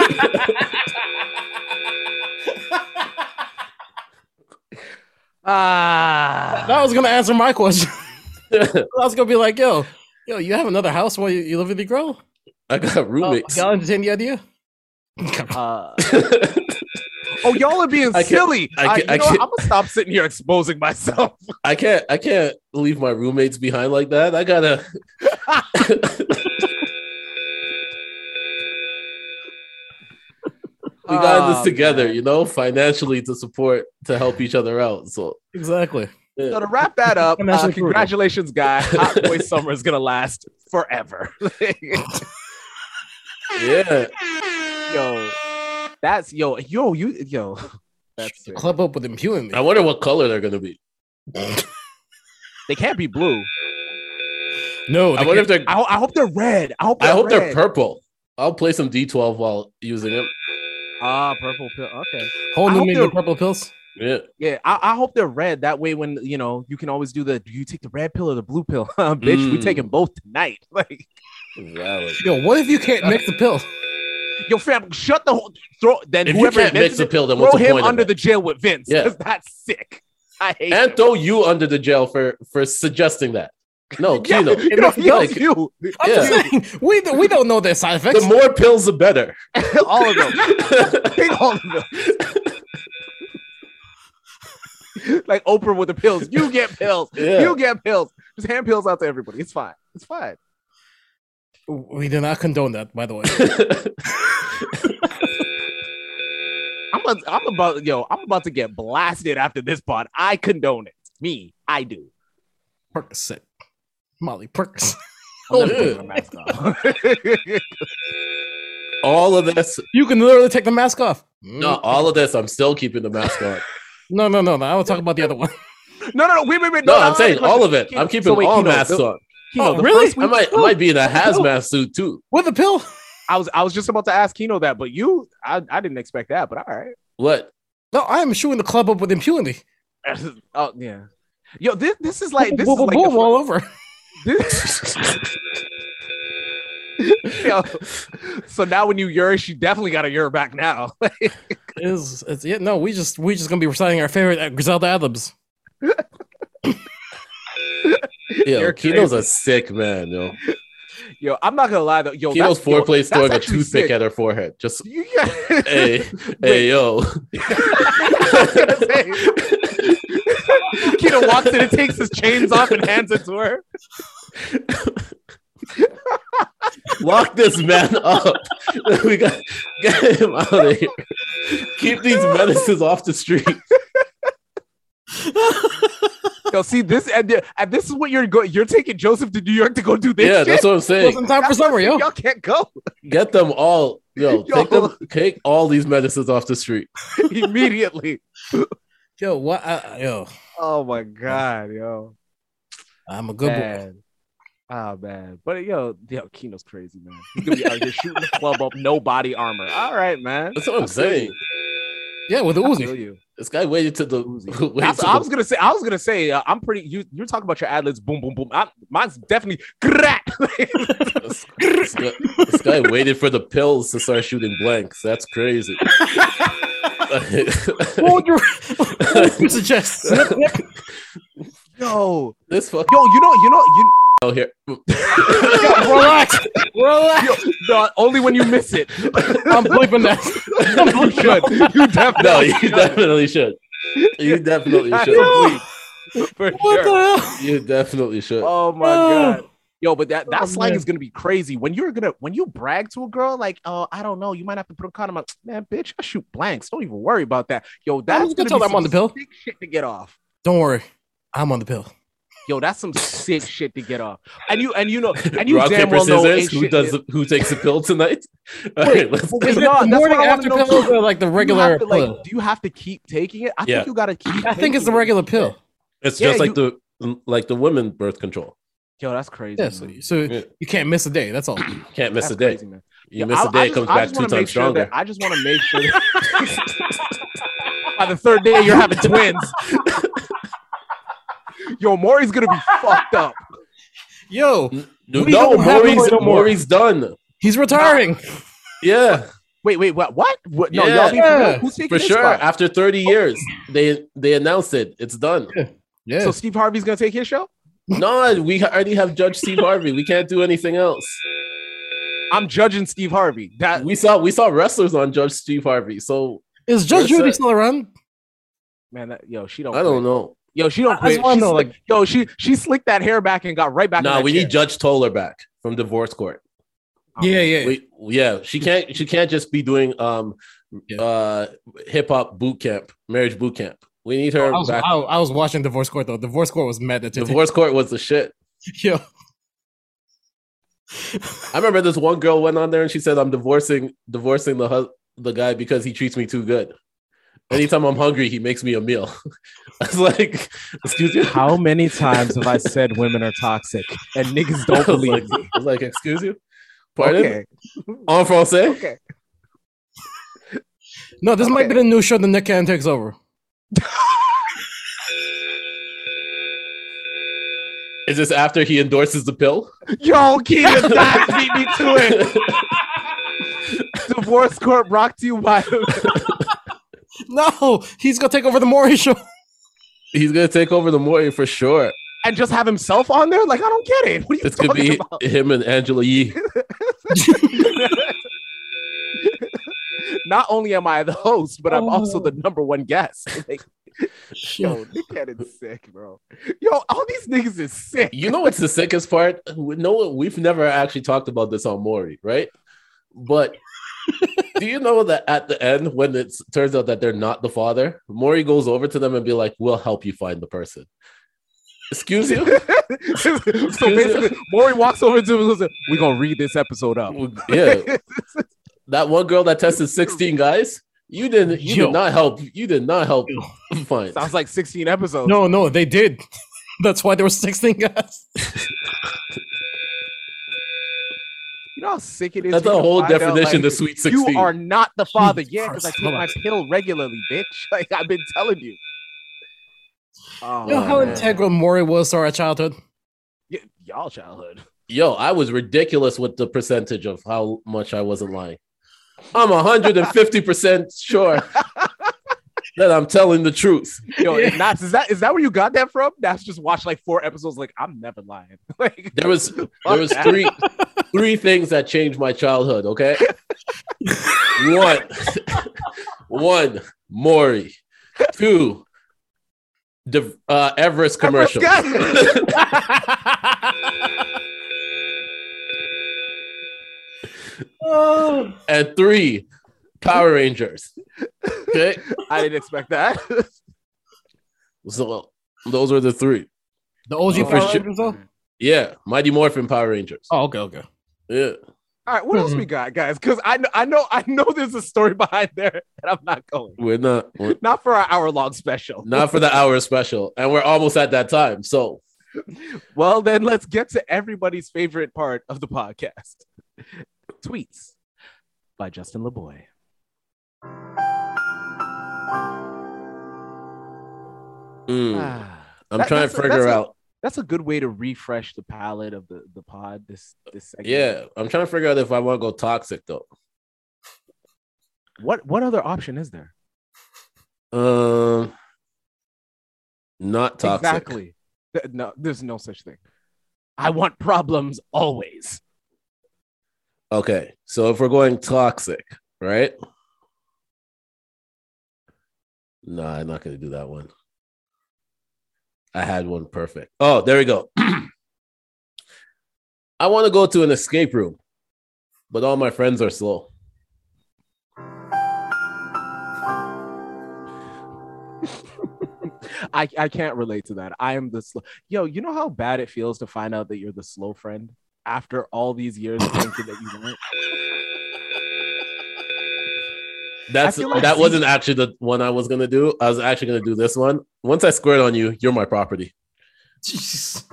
Speaker 3: Ah.
Speaker 1: That was gonna answer my question. I was gonna be like, yo, yo, you have another house while you, you live with your girl?
Speaker 2: I got
Speaker 1: Oh,
Speaker 2: roommates.
Speaker 1: y'all entertain the idea?
Speaker 3: Uh, oh, y'all are being
Speaker 2: I can't-
Speaker 3: silly.
Speaker 2: I
Speaker 3: Uh,
Speaker 2: can't-
Speaker 3: you
Speaker 2: I
Speaker 3: know what?
Speaker 2: can't-
Speaker 3: I'm gonna stop sitting here exposing myself.
Speaker 2: I can't I can't leave my roommates behind like that. I gotta we got in
Speaker 3: Oh,
Speaker 2: this together,
Speaker 3: man.
Speaker 2: you know, financially to support to help each other out. So
Speaker 1: Exactly.
Speaker 2: yeah.
Speaker 3: So to wrap that up,
Speaker 1: I'm
Speaker 3: uh,
Speaker 1: actually brutal.
Speaker 3: congratulations, guy. Hot boy summer is gonna last forever.
Speaker 2: yeah.
Speaker 3: yo, that's yo, yo, you, yo. That's sick.
Speaker 1: Club up with him human.
Speaker 2: I wonder what color they're gonna be.
Speaker 3: they can't be blue.
Speaker 1: No,
Speaker 2: I wonder if they're
Speaker 3: I, ho- I hope they're red. I hope. They're
Speaker 2: I hope they're
Speaker 3: red.
Speaker 2: purple. I'll play some D12 while using it.
Speaker 3: Ah, purple pill. Okay.
Speaker 1: whole
Speaker 3: I
Speaker 1: new
Speaker 3: hope
Speaker 1: meaning of
Speaker 3: they're-
Speaker 1: purple pills.
Speaker 2: Yeah.
Speaker 3: Yeah, I, I hope they're red. That way, when you know, you can always do the. Do you take the red pill or the blue pill, bitch? We
Speaker 2: Mm.
Speaker 3: taking both tonight. Like,
Speaker 2: Valid.
Speaker 1: Yo, what if you can't mix the pill?
Speaker 3: yo, fam, shut the whole. Throw then
Speaker 2: If you
Speaker 3: whoever
Speaker 2: can't mix
Speaker 3: invented
Speaker 2: the
Speaker 3: it,
Speaker 2: pill, then
Speaker 3: throw
Speaker 2: what's the
Speaker 3: him
Speaker 2: point
Speaker 3: under
Speaker 2: of
Speaker 3: the
Speaker 2: it?
Speaker 3: jail with Vince.
Speaker 2: Yeah.
Speaker 3: Yeah, that's sick. I hate.
Speaker 2: And
Speaker 3: it.
Speaker 2: throw you under the jail for for suggesting that. No,
Speaker 3: yeah,
Speaker 2: Kino.
Speaker 3: you know,
Speaker 1: It
Speaker 3: yo,
Speaker 2: makes-
Speaker 3: you,
Speaker 1: I'm just saying, we we don't know their side effects.
Speaker 2: The more pills, the better.
Speaker 3: all of them, take all of them. like Oprah with the pills. You get pills.
Speaker 2: Yeah.
Speaker 3: You get pills. Just hand pills out to everybody. It's fine. It's fine.
Speaker 1: we do not condone that, by the way.
Speaker 3: I'm a, I'm about yo, I'm about to get blasted after this pod. I condone it. Me, I do.
Speaker 1: Percocet, Molly Percocet.
Speaker 3: I'm never
Speaker 2: Dude.
Speaker 3: taking my mask off.
Speaker 2: all of this,
Speaker 1: You can literally take the mask off.
Speaker 3: Mm.
Speaker 1: Mm.
Speaker 2: no, all of this, I'm still keeping the mask on.
Speaker 1: no, no, no. no. I will talk about the other one.
Speaker 3: no, no, no. Wait, wait, wait.
Speaker 2: No,
Speaker 3: no,
Speaker 2: I'm
Speaker 3: no,
Speaker 2: saying
Speaker 3: no,
Speaker 2: all of it.
Speaker 3: Kino-
Speaker 2: I'm keeping
Speaker 3: so wait,
Speaker 2: all
Speaker 3: Kino,
Speaker 2: masks
Speaker 3: the-
Speaker 2: on.
Speaker 3: Kino,
Speaker 1: Oh,
Speaker 3: the
Speaker 1: really?
Speaker 3: first
Speaker 2: I
Speaker 3: week-
Speaker 2: might, I might be in a hazmat suit too.
Speaker 1: With a pill?
Speaker 3: I was I was just about to ask Kino that, but you I, I didn't expect that, but all right.
Speaker 2: What?
Speaker 1: No, I am shooting the club up with impunity.
Speaker 3: oh yeah. Yo, this this is like this
Speaker 1: boom,
Speaker 3: is like
Speaker 1: boom,
Speaker 3: the
Speaker 1: boom, all over.
Speaker 3: fir- yo. so now when you urish, you definitely got a ur back now.
Speaker 1: It's, it's yeah. No, we just we just gonna be reciting our favorite uh, Griselda Adlibs.
Speaker 2: Yo,
Speaker 3: You're
Speaker 2: Kino's a sick man, yo.
Speaker 3: Yo, I'm not gonna lie though. Yo,
Speaker 2: Kino's
Speaker 3: that's- yo,
Speaker 2: foreplay
Speaker 3: that's
Speaker 2: throwing a
Speaker 3: actually
Speaker 2: toothpick
Speaker 3: sick.
Speaker 2: at her forehead. Just
Speaker 3: You, yeah.
Speaker 2: hey, hey,
Speaker 3: Wait.
Speaker 2: yo.
Speaker 3: Kino walks in and takes his chains off and hands it to her.
Speaker 2: Lock this man up. we got get him out of here. Keep these menaces off the street.
Speaker 3: Yo, see this, and, th- and this is what you're going. You're taking Joseph to New York to go do this.
Speaker 2: Yeah,
Speaker 3: shit?
Speaker 2: that's what I'm saying.
Speaker 1: Wasn't time for summer, yo.
Speaker 3: Y'all can't go
Speaker 2: Get them all. Yo,
Speaker 3: Yo.
Speaker 2: take them take all these menaces off the street.
Speaker 3: immediately.
Speaker 1: Yo, what? I, yo,
Speaker 3: Oh my god, yo,
Speaker 1: I'm a good boy.
Speaker 3: man. Oh man, but yo, yo, Kino's crazy, man. He's gonna be out here shooting the club up, no body armor. All right, man.
Speaker 2: That's what I'm saying.
Speaker 1: Yeah, with the
Speaker 3: I feel
Speaker 1: Uzi.
Speaker 3: you.
Speaker 2: This guy waited to the
Speaker 3: Uzi.
Speaker 2: waited
Speaker 3: That's
Speaker 2: to
Speaker 3: what I was
Speaker 2: the,
Speaker 3: gonna say. I was gonna say. Uh, I'm pretty. You, you're talking about your ad libs. Boom, boom, boom. I, mine's definitely. Grat.
Speaker 2: this, this guy, this guy waited for the pills to start shooting blanks. That's crazy.
Speaker 1: What would you, what would you suggest?
Speaker 3: yo,
Speaker 2: this fuck
Speaker 3: yo, you know, you know, you.
Speaker 2: out here.
Speaker 1: relax, relax.
Speaker 3: Yo, no, only when you miss it.
Speaker 1: I'm bleeping that.
Speaker 3: you should. You definitely.
Speaker 2: No, you definitely should. You definitely
Speaker 3: I
Speaker 2: should.
Speaker 3: don't believe- For
Speaker 1: What
Speaker 3: sure.
Speaker 1: the hell?
Speaker 2: You definitely should.
Speaker 3: Oh my
Speaker 1: Oh.
Speaker 3: god. Yo, but that, that
Speaker 1: Oh,
Speaker 3: slang
Speaker 1: man.
Speaker 3: is gonna be crazy when you're gonna when you brag to a girl like oh I don't know you might have to put a condom on man bitch I shoot blanks don't even worry about that yo that's
Speaker 1: just gonna tell
Speaker 3: gonna be
Speaker 1: them I'm on
Speaker 3: some
Speaker 1: the pill.
Speaker 3: sick shit to get off
Speaker 1: Don't worry, I'm on the pill.
Speaker 3: Yo, that's some sick shit to get off. And you and you know and you
Speaker 2: Rock
Speaker 3: damn
Speaker 2: paper
Speaker 3: well know
Speaker 2: scissors.
Speaker 3: ain't
Speaker 2: Who
Speaker 3: shit
Speaker 2: does
Speaker 3: is-
Speaker 2: the, who takes the pill tonight? All right, let's
Speaker 3: Well,
Speaker 1: Is it
Speaker 3: not-
Speaker 1: the
Speaker 3: that's what
Speaker 1: morning
Speaker 3: I wanna
Speaker 1: after
Speaker 3: know.
Speaker 1: pill or like the
Speaker 3: you
Speaker 1: regular
Speaker 3: have to, like,
Speaker 1: pill?
Speaker 3: do you have to keep taking it? I
Speaker 2: Yeah.
Speaker 3: think you gotta keep.
Speaker 1: I think it's the
Speaker 3: taking it.
Speaker 1: regular pill.
Speaker 2: It's
Speaker 3: Yeah,
Speaker 2: just like the like the women birth control.
Speaker 3: Yo, that's crazy.
Speaker 1: Yeah, so,
Speaker 3: man.
Speaker 1: so
Speaker 2: Yeah.
Speaker 1: you can't miss a day. That's all.
Speaker 2: Can't miss
Speaker 3: That's
Speaker 2: a day.
Speaker 3: crazy, man.
Speaker 2: You
Speaker 3: Yeah,
Speaker 2: miss
Speaker 3: I-
Speaker 2: a
Speaker 3: I
Speaker 2: day, it
Speaker 3: just-
Speaker 2: comes
Speaker 3: I
Speaker 2: back
Speaker 3: just
Speaker 2: two
Speaker 3: wanna
Speaker 2: times
Speaker 3: make sure
Speaker 2: stronger.
Speaker 3: that- I just want to make sure that by the third day you're having twins. Yo, Maury's gonna be fucked up.
Speaker 1: Yo,
Speaker 2: no,
Speaker 1: We don't have
Speaker 2: Maury's,
Speaker 1: Maury no more.
Speaker 2: Maury's done.
Speaker 1: he's retiring.
Speaker 2: Yeah,
Speaker 3: Wait, wait, what? What? what? No,
Speaker 2: Yeah.
Speaker 3: y'all be for
Speaker 1: Yeah.
Speaker 3: real. Who's taking
Speaker 2: for
Speaker 3: his
Speaker 2: sure.
Speaker 3: spot?
Speaker 2: After 30 years, they they announced it. It's done.
Speaker 1: Yeah.
Speaker 3: So Steve Harvey's gonna take his show.
Speaker 2: No, we already have Judge Steve Harvey. We can't do anything else.
Speaker 3: I'm judging Steve Harvey. That
Speaker 2: We saw we saw wrestlers on Judge Steve Harvey. So
Speaker 1: Is Judge
Speaker 2: That's
Speaker 1: Judy
Speaker 2: it.
Speaker 1: still around?
Speaker 3: man, that, yo, she don't.
Speaker 2: I don't
Speaker 3: quit.
Speaker 2: know.
Speaker 3: Yo, she don't
Speaker 1: I- I just
Speaker 3: quit.
Speaker 1: wanna
Speaker 3: She
Speaker 1: know,
Speaker 3: slick- yo, she she slicked that hair back and got right back.
Speaker 2: No,
Speaker 3: in that
Speaker 2: we
Speaker 3: chair.
Speaker 2: need Judge Toller back from divorce court.
Speaker 1: Yeah, yeah.
Speaker 2: Oh, We, yeah, she can't she can't just be doing um
Speaker 1: Yeah.
Speaker 2: uh hip hop boot camp, marriage boot camp. We need
Speaker 1: I
Speaker 2: her
Speaker 1: was, I,
Speaker 2: back.
Speaker 1: I was watching Divorce Court though. Divorce Court was mad at
Speaker 2: Divorce court was the shit.
Speaker 1: Yo,
Speaker 2: I remember this one girl went on there and she said, "I'm divorcing divorcing the hus- the guy because he treats me too good. Anytime I'm hungry, he makes me a meal." I was like, "Excuse me."
Speaker 3: How many times have I said women are toxic and niggas don't
Speaker 2: I was like,
Speaker 3: believe me?
Speaker 2: I was like, "Excuse you." Pardon?
Speaker 3: Okay,
Speaker 2: En français?
Speaker 3: okay.
Speaker 1: no, this might be the new show. The Nick Cannon takes over.
Speaker 2: Is this after he endorses the pill?
Speaker 3: Yo, Keegan Dodd beat me to it. Divorce Court brought to you by.
Speaker 1: No, he's gonna take over the Maury show.
Speaker 2: He's gonna take over the Maury for sure.
Speaker 3: and just have himself on there? Like, I don't get it. What are you
Speaker 2: It's
Speaker 3: talking
Speaker 2: gonna be
Speaker 3: about?
Speaker 2: him and Angela Yee.
Speaker 3: Not only am I the host, but I'm also the number one guest. Like, yo, Nick Cannon's sick, bro. Yo, all these niggas is sick.
Speaker 2: You know what's the sickest part? We- No, we've never actually talked about this on Maury, right? But do you know that at the end, when it turns out that they're not the father, Maury goes over to them and be like, "We'll help you find the person." Excuse you?
Speaker 3: so basically, Maury walks over to him and goes, We're gonna read this episode
Speaker 2: Mm.
Speaker 3: up.
Speaker 2: yeah, that one girl that tested sixteen guys. You didn't. You
Speaker 1: Yo.
Speaker 2: did not help. You did not help find.
Speaker 3: Sounds like 16 episodes.
Speaker 1: No, no, they did. That's why there were sixteen guys.
Speaker 3: You know how sick it is?
Speaker 2: That's
Speaker 3: for you
Speaker 2: a
Speaker 3: to
Speaker 2: whole
Speaker 3: find out,
Speaker 2: definition.
Speaker 3: like,
Speaker 2: the sweet sixteen.
Speaker 3: You are not the father
Speaker 1: Jesus
Speaker 3: yet because I
Speaker 1: Christ,
Speaker 3: take my
Speaker 1: relax.
Speaker 3: pill regularly, bitch. Like I've been telling you. Oh,
Speaker 1: You know how
Speaker 3: man.
Speaker 1: integral Maury was to our childhood.
Speaker 3: Y- y'all childhood.
Speaker 2: Yo, I was ridiculous with the percentage of how much I wasn't lying. I'm 150% sure that I'm telling the truth.
Speaker 3: Yo, Naps, is that is that where you got that from? Naps just watched like four episodes. Like I'm never lying. like
Speaker 2: There was there was three three things that changed my childhood, okay? one one Maury. Two the uh, Everest commercial.
Speaker 3: Everest
Speaker 1: Oh,
Speaker 2: and three Power Rangers. Okay?
Speaker 3: I didn't expect that.
Speaker 2: So those were the three.
Speaker 1: the OG
Speaker 2: Oh,
Speaker 1: Power
Speaker 2: for sure.
Speaker 1: Rangers, though?
Speaker 2: Yeah, Mighty Morphin Power Rangers.
Speaker 1: Oh, okay, okay.
Speaker 2: Yeah.
Speaker 3: All right, what else we got, guys? Because I know, I know, I know. There's a story behind there, and I'm not going.
Speaker 2: We're not we're
Speaker 3: Not for our hour long special.
Speaker 2: not for the hour special, and we're almost at that time. So
Speaker 3: Well, then let's get to everybody's favorite part of the podcast tweets by Justin LeBoy.
Speaker 2: mm,
Speaker 3: Ah,
Speaker 2: I'm
Speaker 3: That-
Speaker 2: trying
Speaker 3: that's
Speaker 2: to
Speaker 3: a- that's
Speaker 2: figure
Speaker 3: a-
Speaker 2: out.
Speaker 3: that's a good way to refresh the palette of the, the pod. This this segment.
Speaker 2: yeah, I'm trying to figure out if I want to go toxic though.
Speaker 3: What what other option is there?
Speaker 2: Um, not toxic.
Speaker 3: Exactly. Th- No, there's no such thing. I want problems always.
Speaker 2: Okay, so if we're going toxic, right? No, I'm not going to do that one. I had one perfect. Oh, there we go. I want to go to an escape room, but all my friends are slow.
Speaker 3: I, I can't relate to that. I am the slow. Yo, you know how bad it feels to find out that you're the slow friend after all these years of thinking that you weren't.
Speaker 2: That's
Speaker 3: feel like
Speaker 2: that
Speaker 3: Z-
Speaker 2: wasn't actually the one I was gonna do. I was actually gonna do this one. Once I squared on you, you're my property.
Speaker 1: Jeez.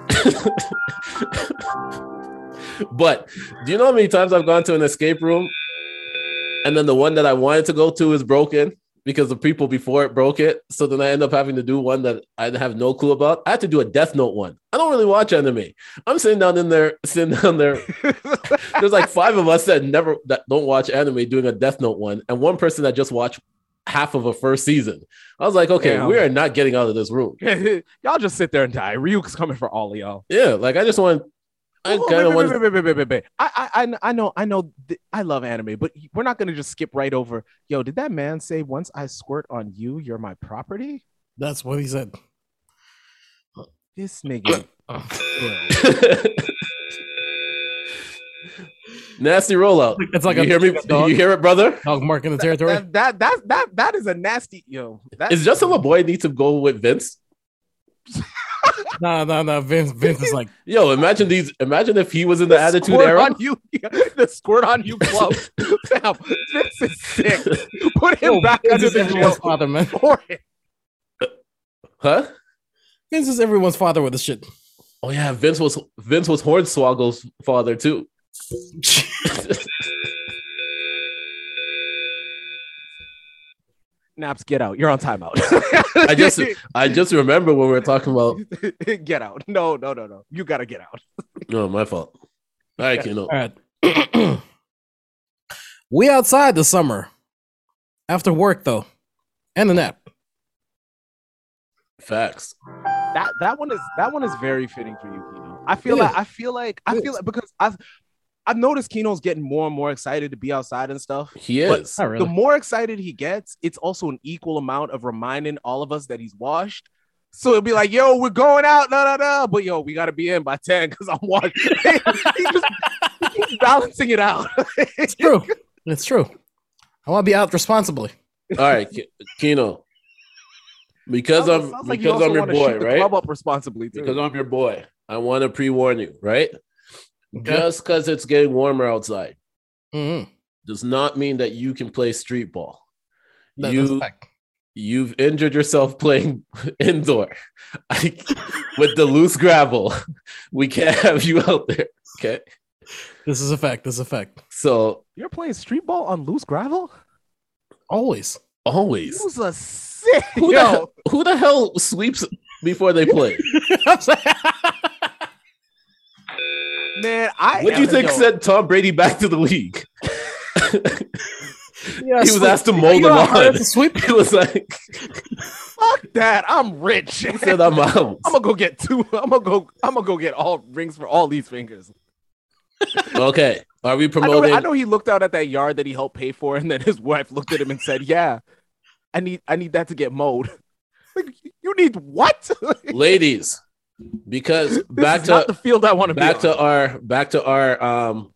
Speaker 2: But do you know how many times I've gone to an escape room and then the one that I wanted to go to is broken because the people before it broke it? So then I end up having to do one that I have no clue about. I had to do a Death Note one. I don't really watch anime. I'm sitting down in there, sitting down there. There's like five of us that never that don't watch anime doing a Death Note one, and one person that just watched half of a first season. I was like, okay,
Speaker 3: Damn.
Speaker 2: we are not getting out of this room.
Speaker 3: y'all just sit there and die. Ryuk's coming for all of y'all.
Speaker 2: Yeah, like I just want. I
Speaker 3: Ooh,
Speaker 2: kind of
Speaker 3: Oh, wait,
Speaker 2: want.
Speaker 3: wait, wait, wait, wait, wait, wait. I, I, I kn- I know, I know, th- I love anime, but we're not gonna just skip right over. Yo, did that man say once I squirt on you, you're my property?
Speaker 1: That's what he said.
Speaker 3: This nigga.
Speaker 2: Oh. Nasty rollout.
Speaker 1: It's like
Speaker 2: you
Speaker 1: a
Speaker 2: hear me?
Speaker 1: dog.
Speaker 2: You hear it, brother?
Speaker 1: dog marking the territory.
Speaker 3: That, that that that that is a nasty yo. That,
Speaker 2: Is Justin LeBoy need to go with Vince?
Speaker 1: Nah, nah, nah. Vince, Vince is like,
Speaker 2: Yo, imagine these. Imagine if he was in the Attitude
Speaker 3: squirt
Speaker 2: Era.
Speaker 3: on you, the squirt on you club. Fam, this is sick. Put him
Speaker 1: Yo,
Speaker 3: back
Speaker 1: Vince
Speaker 3: under
Speaker 1: is
Speaker 3: the
Speaker 1: everyone's
Speaker 3: jail
Speaker 1: father, man.
Speaker 3: for it.
Speaker 2: Huh?
Speaker 1: Vince is everyone's father with this shit.
Speaker 2: Oh yeah, Vince was Vince was Hornswoggle's father too.
Speaker 3: Naps, get out. You're on timeout.
Speaker 2: I just I just remember when we were talking about.
Speaker 3: get out. No, no, no, no. You gotta get out.
Speaker 2: No, my fault. All right, Keno.
Speaker 1: All right. we outside this summer. After work though, and a nap.
Speaker 2: Facts.
Speaker 3: That that one is that one is very fitting for you, Kino. I feel
Speaker 1: It
Speaker 3: like
Speaker 1: is.
Speaker 3: I feel like I
Speaker 1: It
Speaker 3: feel like because I've I've noticed Kino's getting more and more excited to be outside and stuff.
Speaker 2: He
Speaker 3: But-
Speaker 2: is.
Speaker 1: Not
Speaker 3: The
Speaker 1: really.
Speaker 3: more excited he gets, it's also an equal amount of reminding all of us that he's washed. So it'll be like, yo, we're going out, no, no, no. But yo, we gotta be in by 10 because I'm washed. he just he keeps balancing it out.
Speaker 1: It's true. It's true. I want to be out responsibly.
Speaker 2: All right, Ki- Keno. Because
Speaker 3: Sounds-
Speaker 2: I'm
Speaker 3: sounds like you
Speaker 2: because
Speaker 3: also
Speaker 2: I'm your
Speaker 3: wanna shoot
Speaker 2: boy,
Speaker 3: the
Speaker 2: right?
Speaker 3: Club up responsibly too.
Speaker 2: because I'm your boy. I want to pre-warn you, right?
Speaker 1: Okay?
Speaker 2: Just because it's getting warmer outside
Speaker 1: Mhm.
Speaker 2: does not mean that you can play street ball.
Speaker 1: That- that's a
Speaker 2: you
Speaker 1: fact.
Speaker 2: you've injured yourself playing indoor I, with the loose gravel. We can't have you out there. Okay,
Speaker 1: This is a fact. This is a fact.
Speaker 2: so
Speaker 3: You're playing street ball on loose gravel?
Speaker 1: Always.
Speaker 2: always
Speaker 3: Who's a sick
Speaker 2: who the,
Speaker 3: yo.
Speaker 2: hell, who the hell sweeps before they play?
Speaker 1: I'm saying-
Speaker 3: Man, I
Speaker 2: What do you
Speaker 3: am-
Speaker 2: think
Speaker 3: yo,
Speaker 2: sent Tom Brady back to the league?
Speaker 1: yeah,
Speaker 2: He was
Speaker 1: sweep.
Speaker 2: asked to mold
Speaker 1: You
Speaker 2: them
Speaker 1: know how hard
Speaker 2: on.
Speaker 1: it is to Sweep.
Speaker 2: He was like,
Speaker 3: Fuck that. I'm rich.
Speaker 2: he said, "I'm out."
Speaker 3: I'm gonna go get two. I'm gonna go. I'm gonna go get all rings for all these fingers.
Speaker 2: Okay, are we
Speaker 3: I know,
Speaker 2: promoting?
Speaker 3: I know he looked out at that yard that he helped pay for, and then his wife looked at him and said, "Yeah, I need. I need that to get mowed." Like, you need what? This
Speaker 2: ladies because back
Speaker 3: is not the
Speaker 2: to
Speaker 3: field I want to be.
Speaker 2: back
Speaker 3: on.
Speaker 2: to our back to our um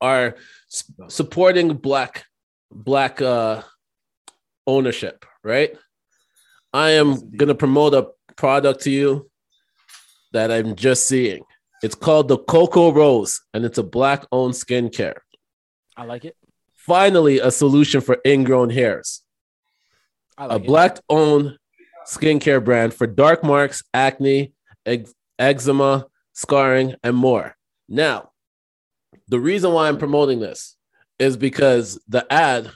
Speaker 2: our s- supporting black black uh ownership right i am gonna promote a product to you that i'm just seeing it's called the cocoa rose and it's a black owned skincare
Speaker 3: I like it.
Speaker 2: finally a solution for ingrown hairs
Speaker 3: I
Speaker 2: a
Speaker 3: like it.
Speaker 2: black owned skincare brand for dark marks, acne, ex- eczema, scarring, and more. Now, the reason why I'm promoting this is because the ad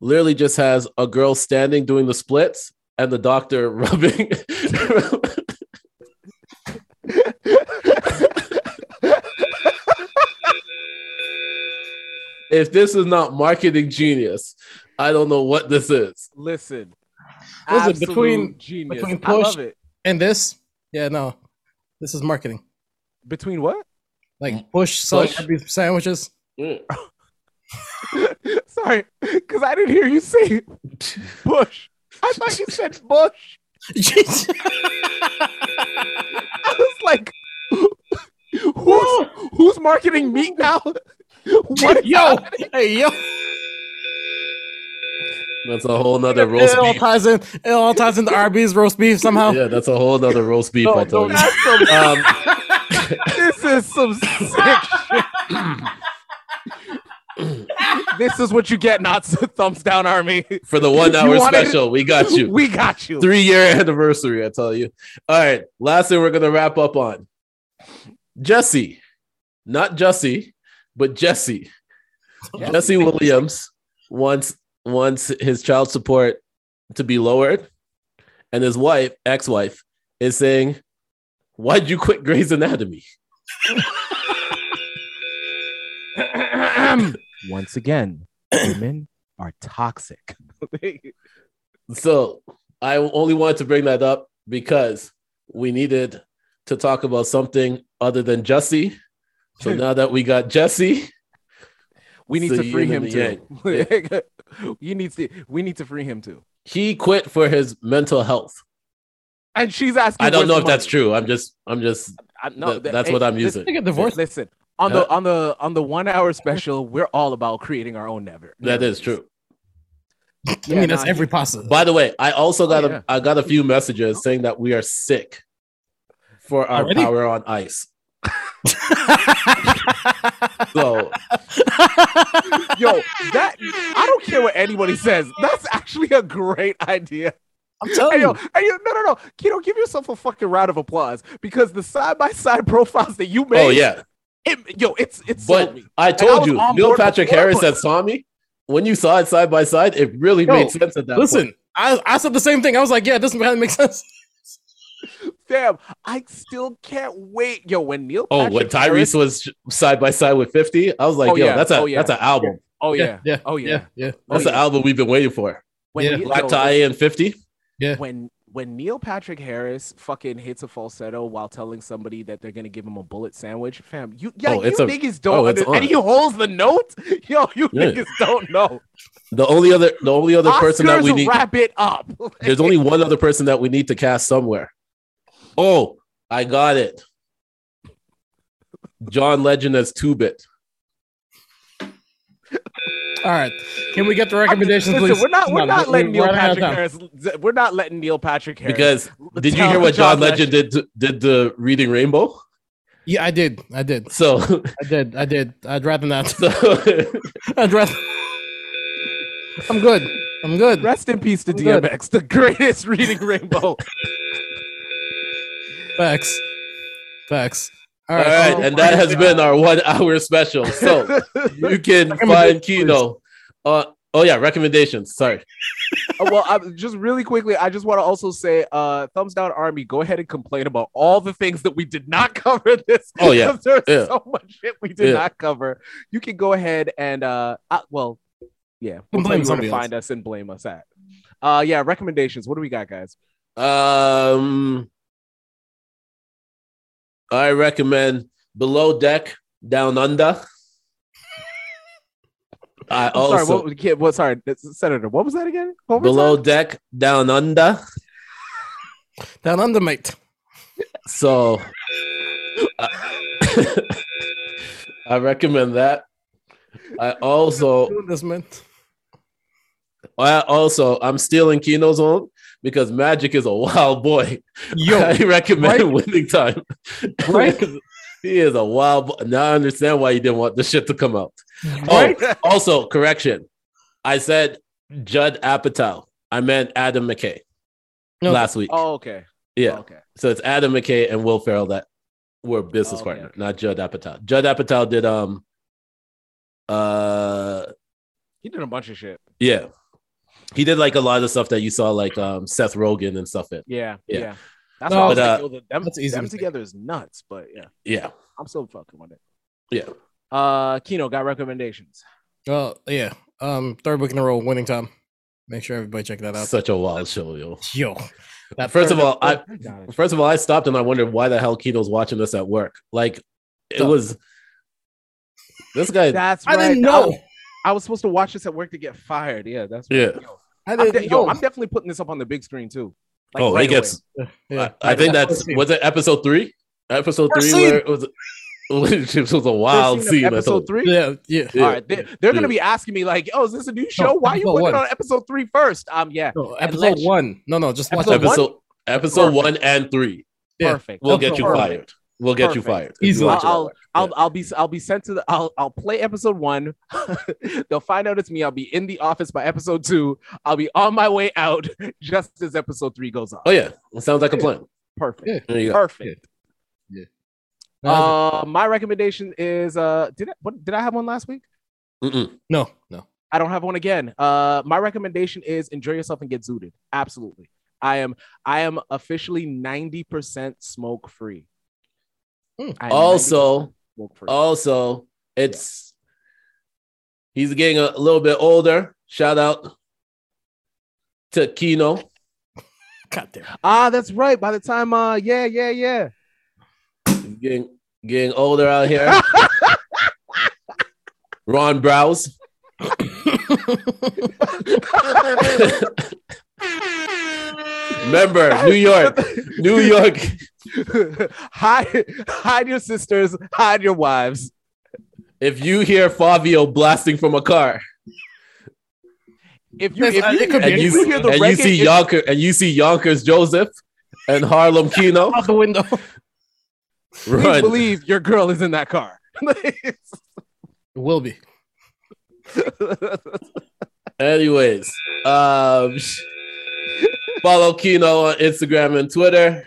Speaker 2: literally just has a girl standing doing the splits and the doctor rubbing. if this is not marketing genius, I don't know what this is.
Speaker 3: Listen,
Speaker 1: Listen,
Speaker 3: Absolute
Speaker 1: between-
Speaker 3: genius.
Speaker 1: between
Speaker 3: I
Speaker 1: push-
Speaker 3: love it.
Speaker 1: And this? Yeah, no. This is marketing.
Speaker 3: Between what?
Speaker 1: Like push selling
Speaker 2: Push.
Speaker 1: these sandwiches.
Speaker 2: Mm.
Speaker 3: Sorry, because I didn't hear you say Bush. I thought you said Bush.
Speaker 1: Jeez.
Speaker 3: I was like, who's, who's marketing meat now? What?
Speaker 1: yo, hey yo.
Speaker 2: That's a whole nother roast
Speaker 1: It all
Speaker 2: beef.
Speaker 1: ties in. It all ties into Arby's roast beef somehow.
Speaker 2: Yeah, that's a whole nother roast beef.
Speaker 1: No,
Speaker 2: I told
Speaker 1: no,
Speaker 2: you.
Speaker 3: That's some,
Speaker 2: Um,
Speaker 3: this is some sick shit. this is what you get, not thumbs down army.
Speaker 2: For the one
Speaker 3: You
Speaker 2: hour
Speaker 3: wanted-
Speaker 2: special, we got you.
Speaker 3: We got you.
Speaker 2: Three year anniversary, I tell you. All right. Last thing we're gonna wrap up on. Jesse. Not Jesse, but Jesse. Jesse Williams wants wants his child support to be lowered, and his wife, ex-wife, is saying, "Why'd you quit Grey's Anatomy?"
Speaker 3: Once again, women are toxic.
Speaker 2: So I only wanted to bring that up because we needed to talk about something other than Jesse. So now that we got Jesse,
Speaker 3: we need
Speaker 2: So
Speaker 3: to
Speaker 2: you
Speaker 3: free
Speaker 2: and
Speaker 3: him
Speaker 2: the
Speaker 3: too. you need to. We need to free him too.
Speaker 2: he quit for his mental health.
Speaker 3: And she's asking.
Speaker 2: I don't
Speaker 3: where's
Speaker 2: know
Speaker 3: the
Speaker 2: if that's
Speaker 3: money?
Speaker 2: true. I'm just, I'm just.
Speaker 3: I, no,
Speaker 2: that-
Speaker 3: th-
Speaker 2: that's
Speaker 3: hey,
Speaker 2: what I'm
Speaker 3: listen-
Speaker 2: using.
Speaker 1: They get divorced.
Speaker 3: Listen, on
Speaker 2: Uh,
Speaker 3: the on the on the one hour special, we're all about creating our own never.
Speaker 2: That is true.
Speaker 1: I
Speaker 3: Yeah,
Speaker 1: mean, that's
Speaker 3: nah,
Speaker 1: every possible.
Speaker 2: By the way, I also got
Speaker 3: yeah.
Speaker 2: a, I got a few messages saying that we are sick for our
Speaker 1: Already?
Speaker 2: power on ice. So
Speaker 3: Yo, that I don't care what anybody says. That's actually a great idea.
Speaker 1: I'm
Speaker 3: Hey,
Speaker 2: Oh.
Speaker 1: telling
Speaker 3: yo,
Speaker 1: you.
Speaker 3: hey, yo, no, no, no, kiddo, give yourself a fucking round of applause because the side by side profiles that you made,
Speaker 2: oh yeah,
Speaker 3: it- yo, it's it's
Speaker 2: but
Speaker 3: me.
Speaker 2: I told
Speaker 3: was
Speaker 2: you,
Speaker 3: on
Speaker 2: Neil
Speaker 3: board
Speaker 2: Patrick
Speaker 3: before,
Speaker 2: Harris
Speaker 3: but-
Speaker 2: and Tommy, when you saw it side by side, it really
Speaker 1: Yo,
Speaker 2: made sense at that. point.
Speaker 1: Listen, I, I said the same thing. I was like, yeah, this kind of makes sense.
Speaker 3: Damn, I still can't wait, yo, when Neil.
Speaker 2: Oh,
Speaker 3: Patrick
Speaker 2: when Tyrese
Speaker 3: Harris-
Speaker 2: was side by side with 50, I was like,
Speaker 3: Oh,
Speaker 2: yo,
Speaker 3: yeah.
Speaker 2: that's a
Speaker 3: Oh, yeah.
Speaker 2: that's an album.
Speaker 3: Oh yeah, oh yeah.
Speaker 1: yeah.
Speaker 3: Oh,
Speaker 2: That's
Speaker 3: yeah.
Speaker 2: an album we've been waiting for.
Speaker 3: When
Speaker 1: Yeah.
Speaker 3: Neil-
Speaker 2: Black
Speaker 3: yo,
Speaker 2: Tie and 50.
Speaker 3: when when Neil Patrick Harris fucking hits a falsetto while telling somebody that they're gonna give him a bullet sandwich, fam, you yeah,
Speaker 2: Oh,
Speaker 3: you
Speaker 2: it's a-
Speaker 3: niggas don't
Speaker 2: oh, it's
Speaker 3: under- and
Speaker 2: on.
Speaker 3: he holds the note. Yo, you
Speaker 2: Yeah.
Speaker 3: niggas don't know.
Speaker 2: The only other the only other person that we
Speaker 3: Oscars
Speaker 2: need
Speaker 3: wrap it up.
Speaker 2: there's only one other person that we need to cast somewhere. Oh, I got it. John Legend as Two Bit.
Speaker 1: All right. Can we get the
Speaker 3: I'm-
Speaker 1: recommendations,
Speaker 3: listen,
Speaker 1: please?
Speaker 3: We're not we're
Speaker 1: Come on,
Speaker 3: not
Speaker 1: we-
Speaker 3: letting
Speaker 1: we're
Speaker 3: Neil
Speaker 1: running out of time.
Speaker 3: Patrick Harris we're not letting Neil Patrick Harris
Speaker 2: Because did you
Speaker 3: tell
Speaker 2: hear what John
Speaker 3: John
Speaker 2: Legend did to, did to Reading Rainbow?
Speaker 1: Yeah, I did. I did.
Speaker 2: So
Speaker 1: I did. I did. I'd rather not.
Speaker 2: so
Speaker 1: I'd rather. I'm good. I'm good.
Speaker 3: Rest in peace to
Speaker 1: I'm good.
Speaker 3: DMX, the greatest reading rainbow.
Speaker 1: Facts. Facts. All
Speaker 2: all
Speaker 1: right.
Speaker 2: right,
Speaker 1: Oh
Speaker 2: and
Speaker 1: my
Speaker 2: that has
Speaker 1: God.
Speaker 2: been our one hour special. So you can find
Speaker 1: Recommendations,
Speaker 2: Kino. Uh, oh yeah, recommendations. Sorry.
Speaker 3: Uh, well, I, just really quickly, I just want to also say, uh, thumbs down, Army. Go ahead and complain about all the things that we did not cover this.
Speaker 2: Oh, yeah.
Speaker 3: 'cause there's
Speaker 2: Yeah.
Speaker 3: so much shit we did
Speaker 2: Yeah.
Speaker 3: not cover. You can go ahead and, uh, I, well, yeah, we'll
Speaker 1: Blame
Speaker 3: tell you where
Speaker 1: somebody
Speaker 3: to
Speaker 1: else.
Speaker 3: find us and blame us at. Uh, yeah, recommendations. What do we got, guys?
Speaker 2: Um, I recommend Below Deck Down Under. I
Speaker 3: I'm sorry,
Speaker 2: also
Speaker 3: what, was- kid, what? Sorry, this- Senator. What was that again? One more
Speaker 2: Below
Speaker 3: time?
Speaker 2: Deck Down Under.
Speaker 1: Down under, mate.
Speaker 2: So I, I recommend that. I
Speaker 3: Oh.
Speaker 2: also,
Speaker 1: Doing this, man.
Speaker 2: I also, I'm stealing Kino's own because Magic is a wild boy.
Speaker 1: Yo,
Speaker 2: I recommend
Speaker 1: right?
Speaker 2: winning time.
Speaker 1: Right?
Speaker 2: he is a wild. bo- Now I understand why you didn't want the shit to come out.
Speaker 1: right?
Speaker 2: Oh, also correction. I said Judd Apatow. I meant Adam McKay
Speaker 1: No.
Speaker 2: last week.
Speaker 3: Oh, okay.
Speaker 2: yeah.
Speaker 3: Okay.
Speaker 2: So it's Adam McKay and Will Ferrell that were business
Speaker 1: Oh,
Speaker 3: Okay,
Speaker 2: partner,
Speaker 3: okay.
Speaker 2: not Judd Apatow. Judd Apatow did um. Uh,
Speaker 3: He did a bunch of shit.
Speaker 2: yeah. He did like a lot of stuff that you saw, like um Seth Rogen and stuff. In
Speaker 3: Yeah.
Speaker 2: Yeah.
Speaker 3: Yeah. That's
Speaker 1: No,
Speaker 3: why I was
Speaker 2: but,
Speaker 3: like,
Speaker 2: uh,
Speaker 3: yo, the- them,
Speaker 1: that's easy
Speaker 3: them
Speaker 1: to
Speaker 3: together is nuts. But yeah,
Speaker 2: yeah,
Speaker 3: I'm still fucking with it.
Speaker 2: yeah.
Speaker 3: Uh, Kino got recommendations.
Speaker 1: Well, yeah. Um, third week in a row, winning time. Make sure everybody check that out.
Speaker 2: Such a wild show, yo.
Speaker 1: Yo, that
Speaker 2: First
Speaker 1: third-
Speaker 2: of all, I
Speaker 3: Got it.
Speaker 2: First of all, I stopped and I wondered why the hell Kino's watching this at work. Like, it
Speaker 1: Duh.
Speaker 2: was this guy.
Speaker 3: That's
Speaker 1: I
Speaker 3: right.
Speaker 1: didn't
Speaker 3: I
Speaker 1: know.
Speaker 3: was, I was supposed to watch this at work to get fired. Yeah, that's right.
Speaker 2: Yeah.
Speaker 3: Yo,
Speaker 1: I
Speaker 3: I'm,
Speaker 1: didn't
Speaker 3: de- yo,
Speaker 1: know.
Speaker 3: I'm definitely putting this up on the big screen too. Like,
Speaker 2: oh,
Speaker 3: right
Speaker 2: it gets.
Speaker 1: Yeah.
Speaker 2: I, I think
Speaker 1: First
Speaker 2: that's
Speaker 1: scene.
Speaker 2: was it episode three. Episode
Speaker 1: First
Speaker 2: three
Speaker 1: scene.
Speaker 2: where it was. It was a
Speaker 3: away.
Speaker 2: wild
Speaker 3: First
Speaker 2: scene. I
Speaker 3: episode
Speaker 2: thought.
Speaker 3: three.
Speaker 1: Yeah, yeah.
Speaker 2: Yeah.
Speaker 3: All right, they, they're
Speaker 2: Yeah.
Speaker 3: gonna be asking me like, "Oh, is this a new show? Why are you
Speaker 1: episode
Speaker 3: putting
Speaker 1: one.
Speaker 3: it on episode three first? Um, yeah,
Speaker 1: No,
Speaker 3: And
Speaker 1: episode
Speaker 3: let's-
Speaker 1: one. No, no, just watch
Speaker 3: Episode
Speaker 1: episode
Speaker 2: episode episode one and three.
Speaker 1: Yeah.
Speaker 3: perfect.
Speaker 2: We'll
Speaker 1: Episode
Speaker 2: get you
Speaker 1: one.
Speaker 2: fired. We'll get you
Speaker 3: Perfect.
Speaker 2: fired. if you
Speaker 1: Easily.
Speaker 2: watch
Speaker 3: I'll
Speaker 2: it that
Speaker 3: I'll,
Speaker 2: way.
Speaker 3: I'll I'll be I'll be sent to the I'll I'll play episode one. They'll find out it's me. I'll be in the office by episode two. I'll be on my way out just as episode three goes on.
Speaker 2: Oh yeah, it sounds like a plan.
Speaker 3: Perfect.
Speaker 1: Yeah.
Speaker 2: There you go.
Speaker 3: Perfect. Uh, my recommendation is uh did I, what did I have one last week?
Speaker 2: Mm-mm.
Speaker 1: no, no.
Speaker 3: I don't have one again. Uh, my recommendation is enjoy yourself and get zooted. Absolutely. I am I am officially 90% smoke free.
Speaker 1: Hmm.
Speaker 2: Also,
Speaker 3: smoke free.
Speaker 2: also, it's he's getting a little bit older. Shout out to Kino.
Speaker 1: God damn. it.
Speaker 3: ah, that's right. By the time uh yeah, yeah, yeah.
Speaker 2: He's getting getting older out here. Ron Browse. Remember, New York, New York.
Speaker 3: hide hide your sisters, hide your wives.
Speaker 2: If you hear Fabio blasting from a car
Speaker 3: If you if
Speaker 1: Listen,
Speaker 3: you,
Speaker 1: uh, it could
Speaker 3: if
Speaker 1: be
Speaker 2: and
Speaker 3: you
Speaker 2: you,
Speaker 3: hear
Speaker 1: anything.
Speaker 3: the
Speaker 2: and you
Speaker 3: record,
Speaker 2: see Yonkers and you see Yonkers Joseph and Harlem Kino,
Speaker 1: Out the window.
Speaker 3: please
Speaker 2: run.
Speaker 3: believe your girl is in that car.
Speaker 1: It will be.
Speaker 2: Anyways, um, follow Kino on Instagram and Twitter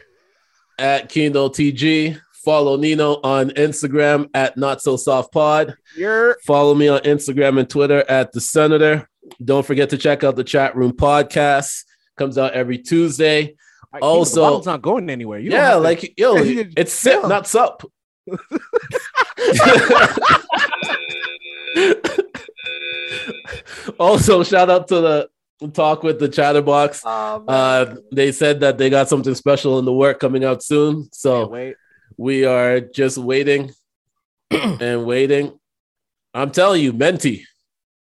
Speaker 2: at Kino TG. Follow Nino on Instagram at Not So Soft Pod.
Speaker 3: You're
Speaker 2: Follow me on Instagram and Twitter at The Senator. Don't forget to check out the Chat Room podcast. Comes out every Tuesday. Also-
Speaker 3: it's not going anywhere. You don't
Speaker 2: yeah,
Speaker 3: have to-
Speaker 2: like yo,
Speaker 3: You-
Speaker 2: it's sip,
Speaker 3: yo.
Speaker 2: not sup. also, shout out to the talk with the chatterbox. Uh, they said that they got something special in the work coming out soon.
Speaker 3: Can't
Speaker 2: So
Speaker 3: wait.
Speaker 2: we are just waiting and waiting. I'm telling you, Menti.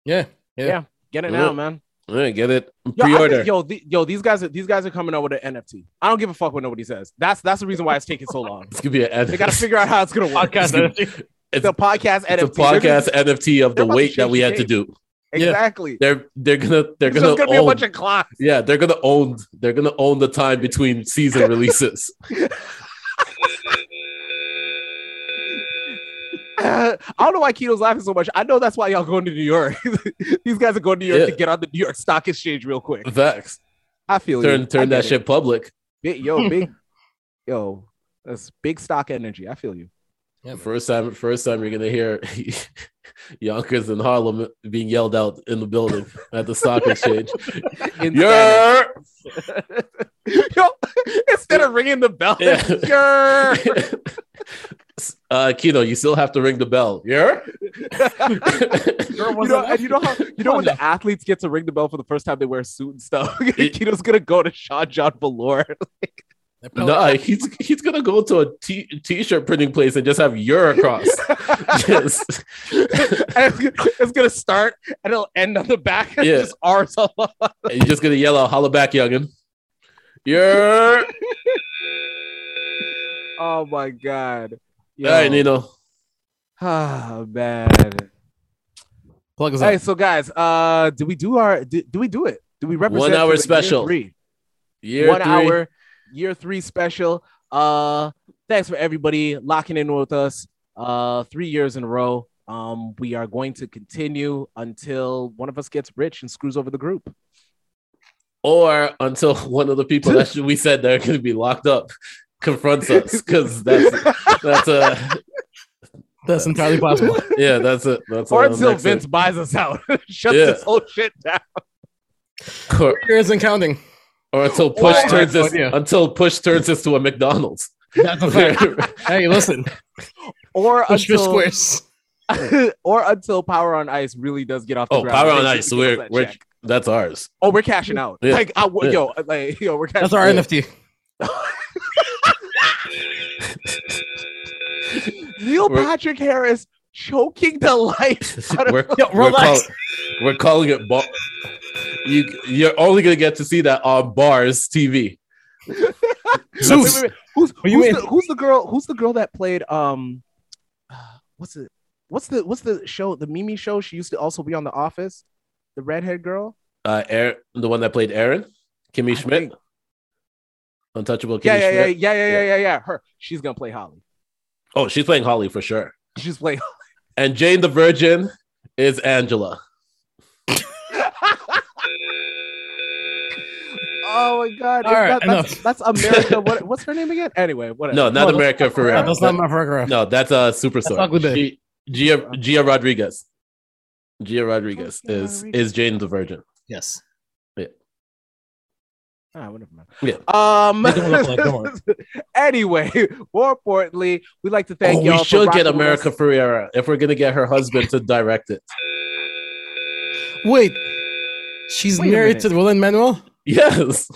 Speaker 1: Yeah.
Speaker 3: Get it
Speaker 2: Yeah.
Speaker 3: now, man.
Speaker 2: All right, get it.
Speaker 3: Yo, I think-
Speaker 2: Pre-order.
Speaker 3: yo, the- yo, these guys, are, these guys are coming out with an NFT. I don't give a fuck what nobody says. That's that's the reason why it's taking so long.
Speaker 2: This could be an
Speaker 3: They got to figure out how it's gonna work.
Speaker 2: it's-
Speaker 3: the
Speaker 2: it's
Speaker 3: podcast
Speaker 2: a
Speaker 3: NFT. They're gonna-
Speaker 2: podcast NFT of
Speaker 3: they're
Speaker 2: the
Speaker 3: about to
Speaker 2: wait that
Speaker 3: change
Speaker 2: we
Speaker 3: the
Speaker 2: had to
Speaker 3: game.
Speaker 2: do.
Speaker 1: yeah.
Speaker 3: Exactly.
Speaker 2: They're they're gonna they're
Speaker 3: There's
Speaker 2: gonna
Speaker 3: gonna, be a
Speaker 2: own-
Speaker 3: bunch of clocks.
Speaker 2: Yeah, they're gonna own. They're gonna own the time between season releases.
Speaker 3: I don't know why Keto's laughing so much. I know that's why y'all going to New York. These guys are going to New
Speaker 2: Yeah.
Speaker 3: York to get on the New York Stock Exchange real quick.
Speaker 2: Vex,
Speaker 3: I feel you.
Speaker 2: turn
Speaker 3: I
Speaker 2: turn
Speaker 3: get
Speaker 2: that
Speaker 3: it.
Speaker 2: shit public
Speaker 3: Big- yo, big, yo, that's big stock energy. I feel you.
Speaker 1: Yeah, man.
Speaker 2: First time, first time you're gonna hear Yonkers in Harlem being yelled out in the building at the stock exchange.
Speaker 3: In
Speaker 2: Yeah,
Speaker 3: Spanish. yo, instead of ringing the bell,
Speaker 2: Yeah.
Speaker 3: yeah.
Speaker 2: uh, Kino, you still have to ring the bell. Yeah,
Speaker 3: You know, and you know how you know when the athletes get to ring the bell for the first time they wear a suit and stuff.
Speaker 2: It-
Speaker 3: Keto's gonna go to Sean John Valor.
Speaker 1: They're probably-
Speaker 2: no, he's he's gonna go to a t t-shirt printing place and just have your across. Yes.
Speaker 3: and it's, gonna- it's gonna start and it'll end on the back. And
Speaker 2: Yeah.
Speaker 3: Just R's all up.
Speaker 2: And you're just gonna yell out, "Holla back, youngin." Yeah.
Speaker 3: Oh my god.
Speaker 2: All right, Nino.
Speaker 3: Ah man.
Speaker 1: Plug us
Speaker 3: All
Speaker 1: up.
Speaker 3: right, so guys, uh, do we do our do, do we do it? Do we represent
Speaker 2: One hour
Speaker 3: for year
Speaker 2: special.
Speaker 3: three?
Speaker 2: Year
Speaker 3: One
Speaker 2: three.
Speaker 3: hour year three special. Uh, thanks for everybody locking in with us. Uh, three years in a row. Um, we are going to continue until one of us gets rich and screws over the group.
Speaker 2: or until one of the people that should- we said they're going to be locked up confronts us because that's that's a
Speaker 3: uh,
Speaker 1: That's entirely possible.
Speaker 2: yeah that's it that's
Speaker 3: or
Speaker 2: what I'm
Speaker 3: until
Speaker 2: next to.
Speaker 3: Vince buys us out, shuts
Speaker 2: Yeah.
Speaker 3: this whole shit down.
Speaker 2: or,
Speaker 1: Years and counting.
Speaker 2: or until push
Speaker 1: Or-
Speaker 2: turns this
Speaker 1: Yeah.
Speaker 2: until push turns this to a McDonald's
Speaker 1: That's a fact. hey, listen.
Speaker 3: Or
Speaker 1: Push your
Speaker 3: until
Speaker 1: squares.
Speaker 3: or until Power on Ice really does get off the
Speaker 2: oh
Speaker 3: ground.
Speaker 2: power on
Speaker 3: They should
Speaker 2: ice
Speaker 3: give us
Speaker 2: we're,
Speaker 3: that
Speaker 2: we're
Speaker 3: check.
Speaker 2: that's ours
Speaker 3: oh, we're cashing out.
Speaker 2: Yeah.
Speaker 3: Like, I, w-
Speaker 2: Yeah.
Speaker 3: yo, like, yo, we're cashing
Speaker 1: That's our
Speaker 2: Yeah.
Speaker 1: NFT.
Speaker 3: Neil
Speaker 2: We're-
Speaker 3: Patrick Harris choking the life. out of-
Speaker 2: we're,
Speaker 1: Yo,
Speaker 2: we're, call,
Speaker 1: relax.
Speaker 2: we're calling it bar- you you're only going to get to see that on bars tv
Speaker 3: Wait,
Speaker 1: Zeus.
Speaker 3: wait, wait. Who's,
Speaker 1: do you
Speaker 3: who's
Speaker 1: mean?
Speaker 3: the, who's the girl? Who's the girl that played? Um, what's it? What's the what's the show? The Mimi show. She used to also be on The Office. The redhead girl.
Speaker 2: uh Aaron, the one that played aaron kimmy
Speaker 3: I
Speaker 2: schmidt
Speaker 3: think-
Speaker 2: untouchable kimmy
Speaker 3: Yeah, yeah, yeah,
Speaker 2: schmidt
Speaker 3: yeah, yeah,
Speaker 2: Yeah.
Speaker 3: yeah, yeah, yeah. Her. She's gonna play Holly.
Speaker 2: Oh, she's playing Holly for sure.
Speaker 3: She's playing.
Speaker 2: And Jane the Virgin is Angela.
Speaker 3: Oh my god!
Speaker 1: All
Speaker 3: is
Speaker 1: right,
Speaker 3: that- that's, that's America. What, what's her name again? Anyway, whatever.
Speaker 2: No, not
Speaker 1: that's
Speaker 2: America Ferrera.
Speaker 1: that's not my program.
Speaker 2: no, that's a uh,
Speaker 1: That's Ugly
Speaker 2: superstar.
Speaker 1: Betty.
Speaker 2: She- Gia Gia Rodriguez. Gia Rodriguez is is Jane the Virgin.
Speaker 1: Yes.
Speaker 3: Ah, whatever, man.
Speaker 2: Yeah.
Speaker 3: Um.
Speaker 1: They don't look like Dorn.
Speaker 3: anyway, more importantly, we'd like to thank
Speaker 2: oh,
Speaker 3: y'all.
Speaker 2: we
Speaker 3: for
Speaker 2: should get
Speaker 3: rocking with
Speaker 2: America
Speaker 3: us.
Speaker 2: Ferrera if we're gonna get her husband to direct it.
Speaker 1: Wait, she's
Speaker 3: Wait a
Speaker 1: married to Willem Manuel.
Speaker 2: Yes.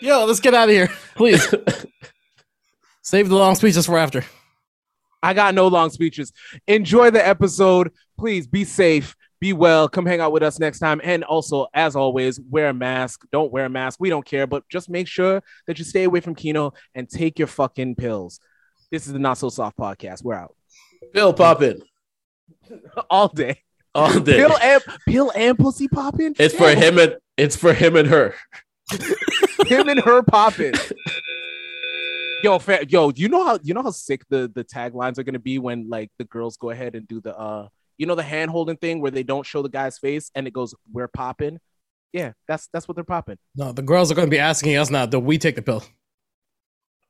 Speaker 1: Yo, let's get out of here, please. Save the long speeches for after.
Speaker 3: I got no long speeches. Enjoy the episode. Please be safe. Be well. Come hang out with us next time. And also, as always, wear a mask. Don't wear a mask. We don't care, but just make sure that you stay away from Kino and take your fucking pills. This is the Not So Soft podcast. We're out
Speaker 2: Bill popping
Speaker 3: all day.
Speaker 2: all day.
Speaker 3: Pill and pill and pussy popping.
Speaker 2: it's for
Speaker 3: Yeah.
Speaker 2: him and it's for him and her.
Speaker 3: him and her popping. Yo, fa- yo, you know how you know how sick the the taglines are gonna be when like the girls go ahead and do the uh you know the hand holding thing where they don't show the guy's face and it goes we're popping. Yeah, that's that's what they're popping.
Speaker 1: No, the girls are going to be asking us now. Do we take the pill?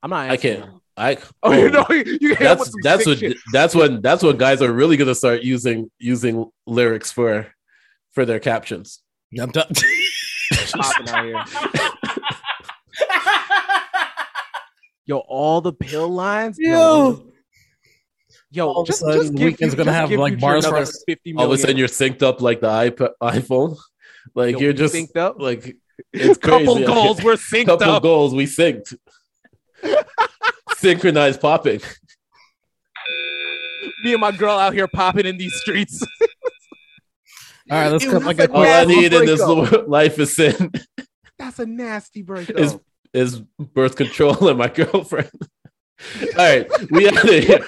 Speaker 3: I'm not.
Speaker 2: I
Speaker 3: Asking
Speaker 2: can't.
Speaker 3: you.
Speaker 2: I
Speaker 3: Oh, you know you- you hit him with
Speaker 2: that's that's
Speaker 3: some sick
Speaker 2: what
Speaker 3: shit.
Speaker 2: that's when that's when guys are really gonna start using using lyrics for for their captions.
Speaker 1: I'm done.
Speaker 3: popping out here. Yo, all the pill lines.
Speaker 1: Yo,
Speaker 3: yo,
Speaker 1: All of a
Speaker 3: just,
Speaker 1: sudden,
Speaker 3: just give
Speaker 1: Weeknd's
Speaker 3: you-
Speaker 1: gonna
Speaker 3: just
Speaker 1: have,
Speaker 3: give
Speaker 1: like,
Speaker 3: Future
Speaker 1: bars for
Speaker 3: another
Speaker 1: us.
Speaker 3: Fifty million.
Speaker 2: All of a sudden you're synced up like the iPad iPhone. Like
Speaker 3: Yo,
Speaker 2: you're
Speaker 3: we
Speaker 2: just
Speaker 3: synced up.
Speaker 2: like it's
Speaker 3: couple
Speaker 2: crazy.
Speaker 3: goals. We're synced
Speaker 2: couple
Speaker 3: up.
Speaker 2: goals we synced. Synchronized popping.
Speaker 3: Me and my girl out here popping in these streets.
Speaker 1: all right, let's
Speaker 3: It
Speaker 1: cut
Speaker 3: was
Speaker 1: like
Speaker 3: a
Speaker 1: a
Speaker 2: All I
Speaker 3: nasty
Speaker 2: need in this
Speaker 3: breakup.
Speaker 2: lo- life is sin
Speaker 3: That's a nasty break.
Speaker 2: It's- is birth control and my girlfriend. All right, we out of here.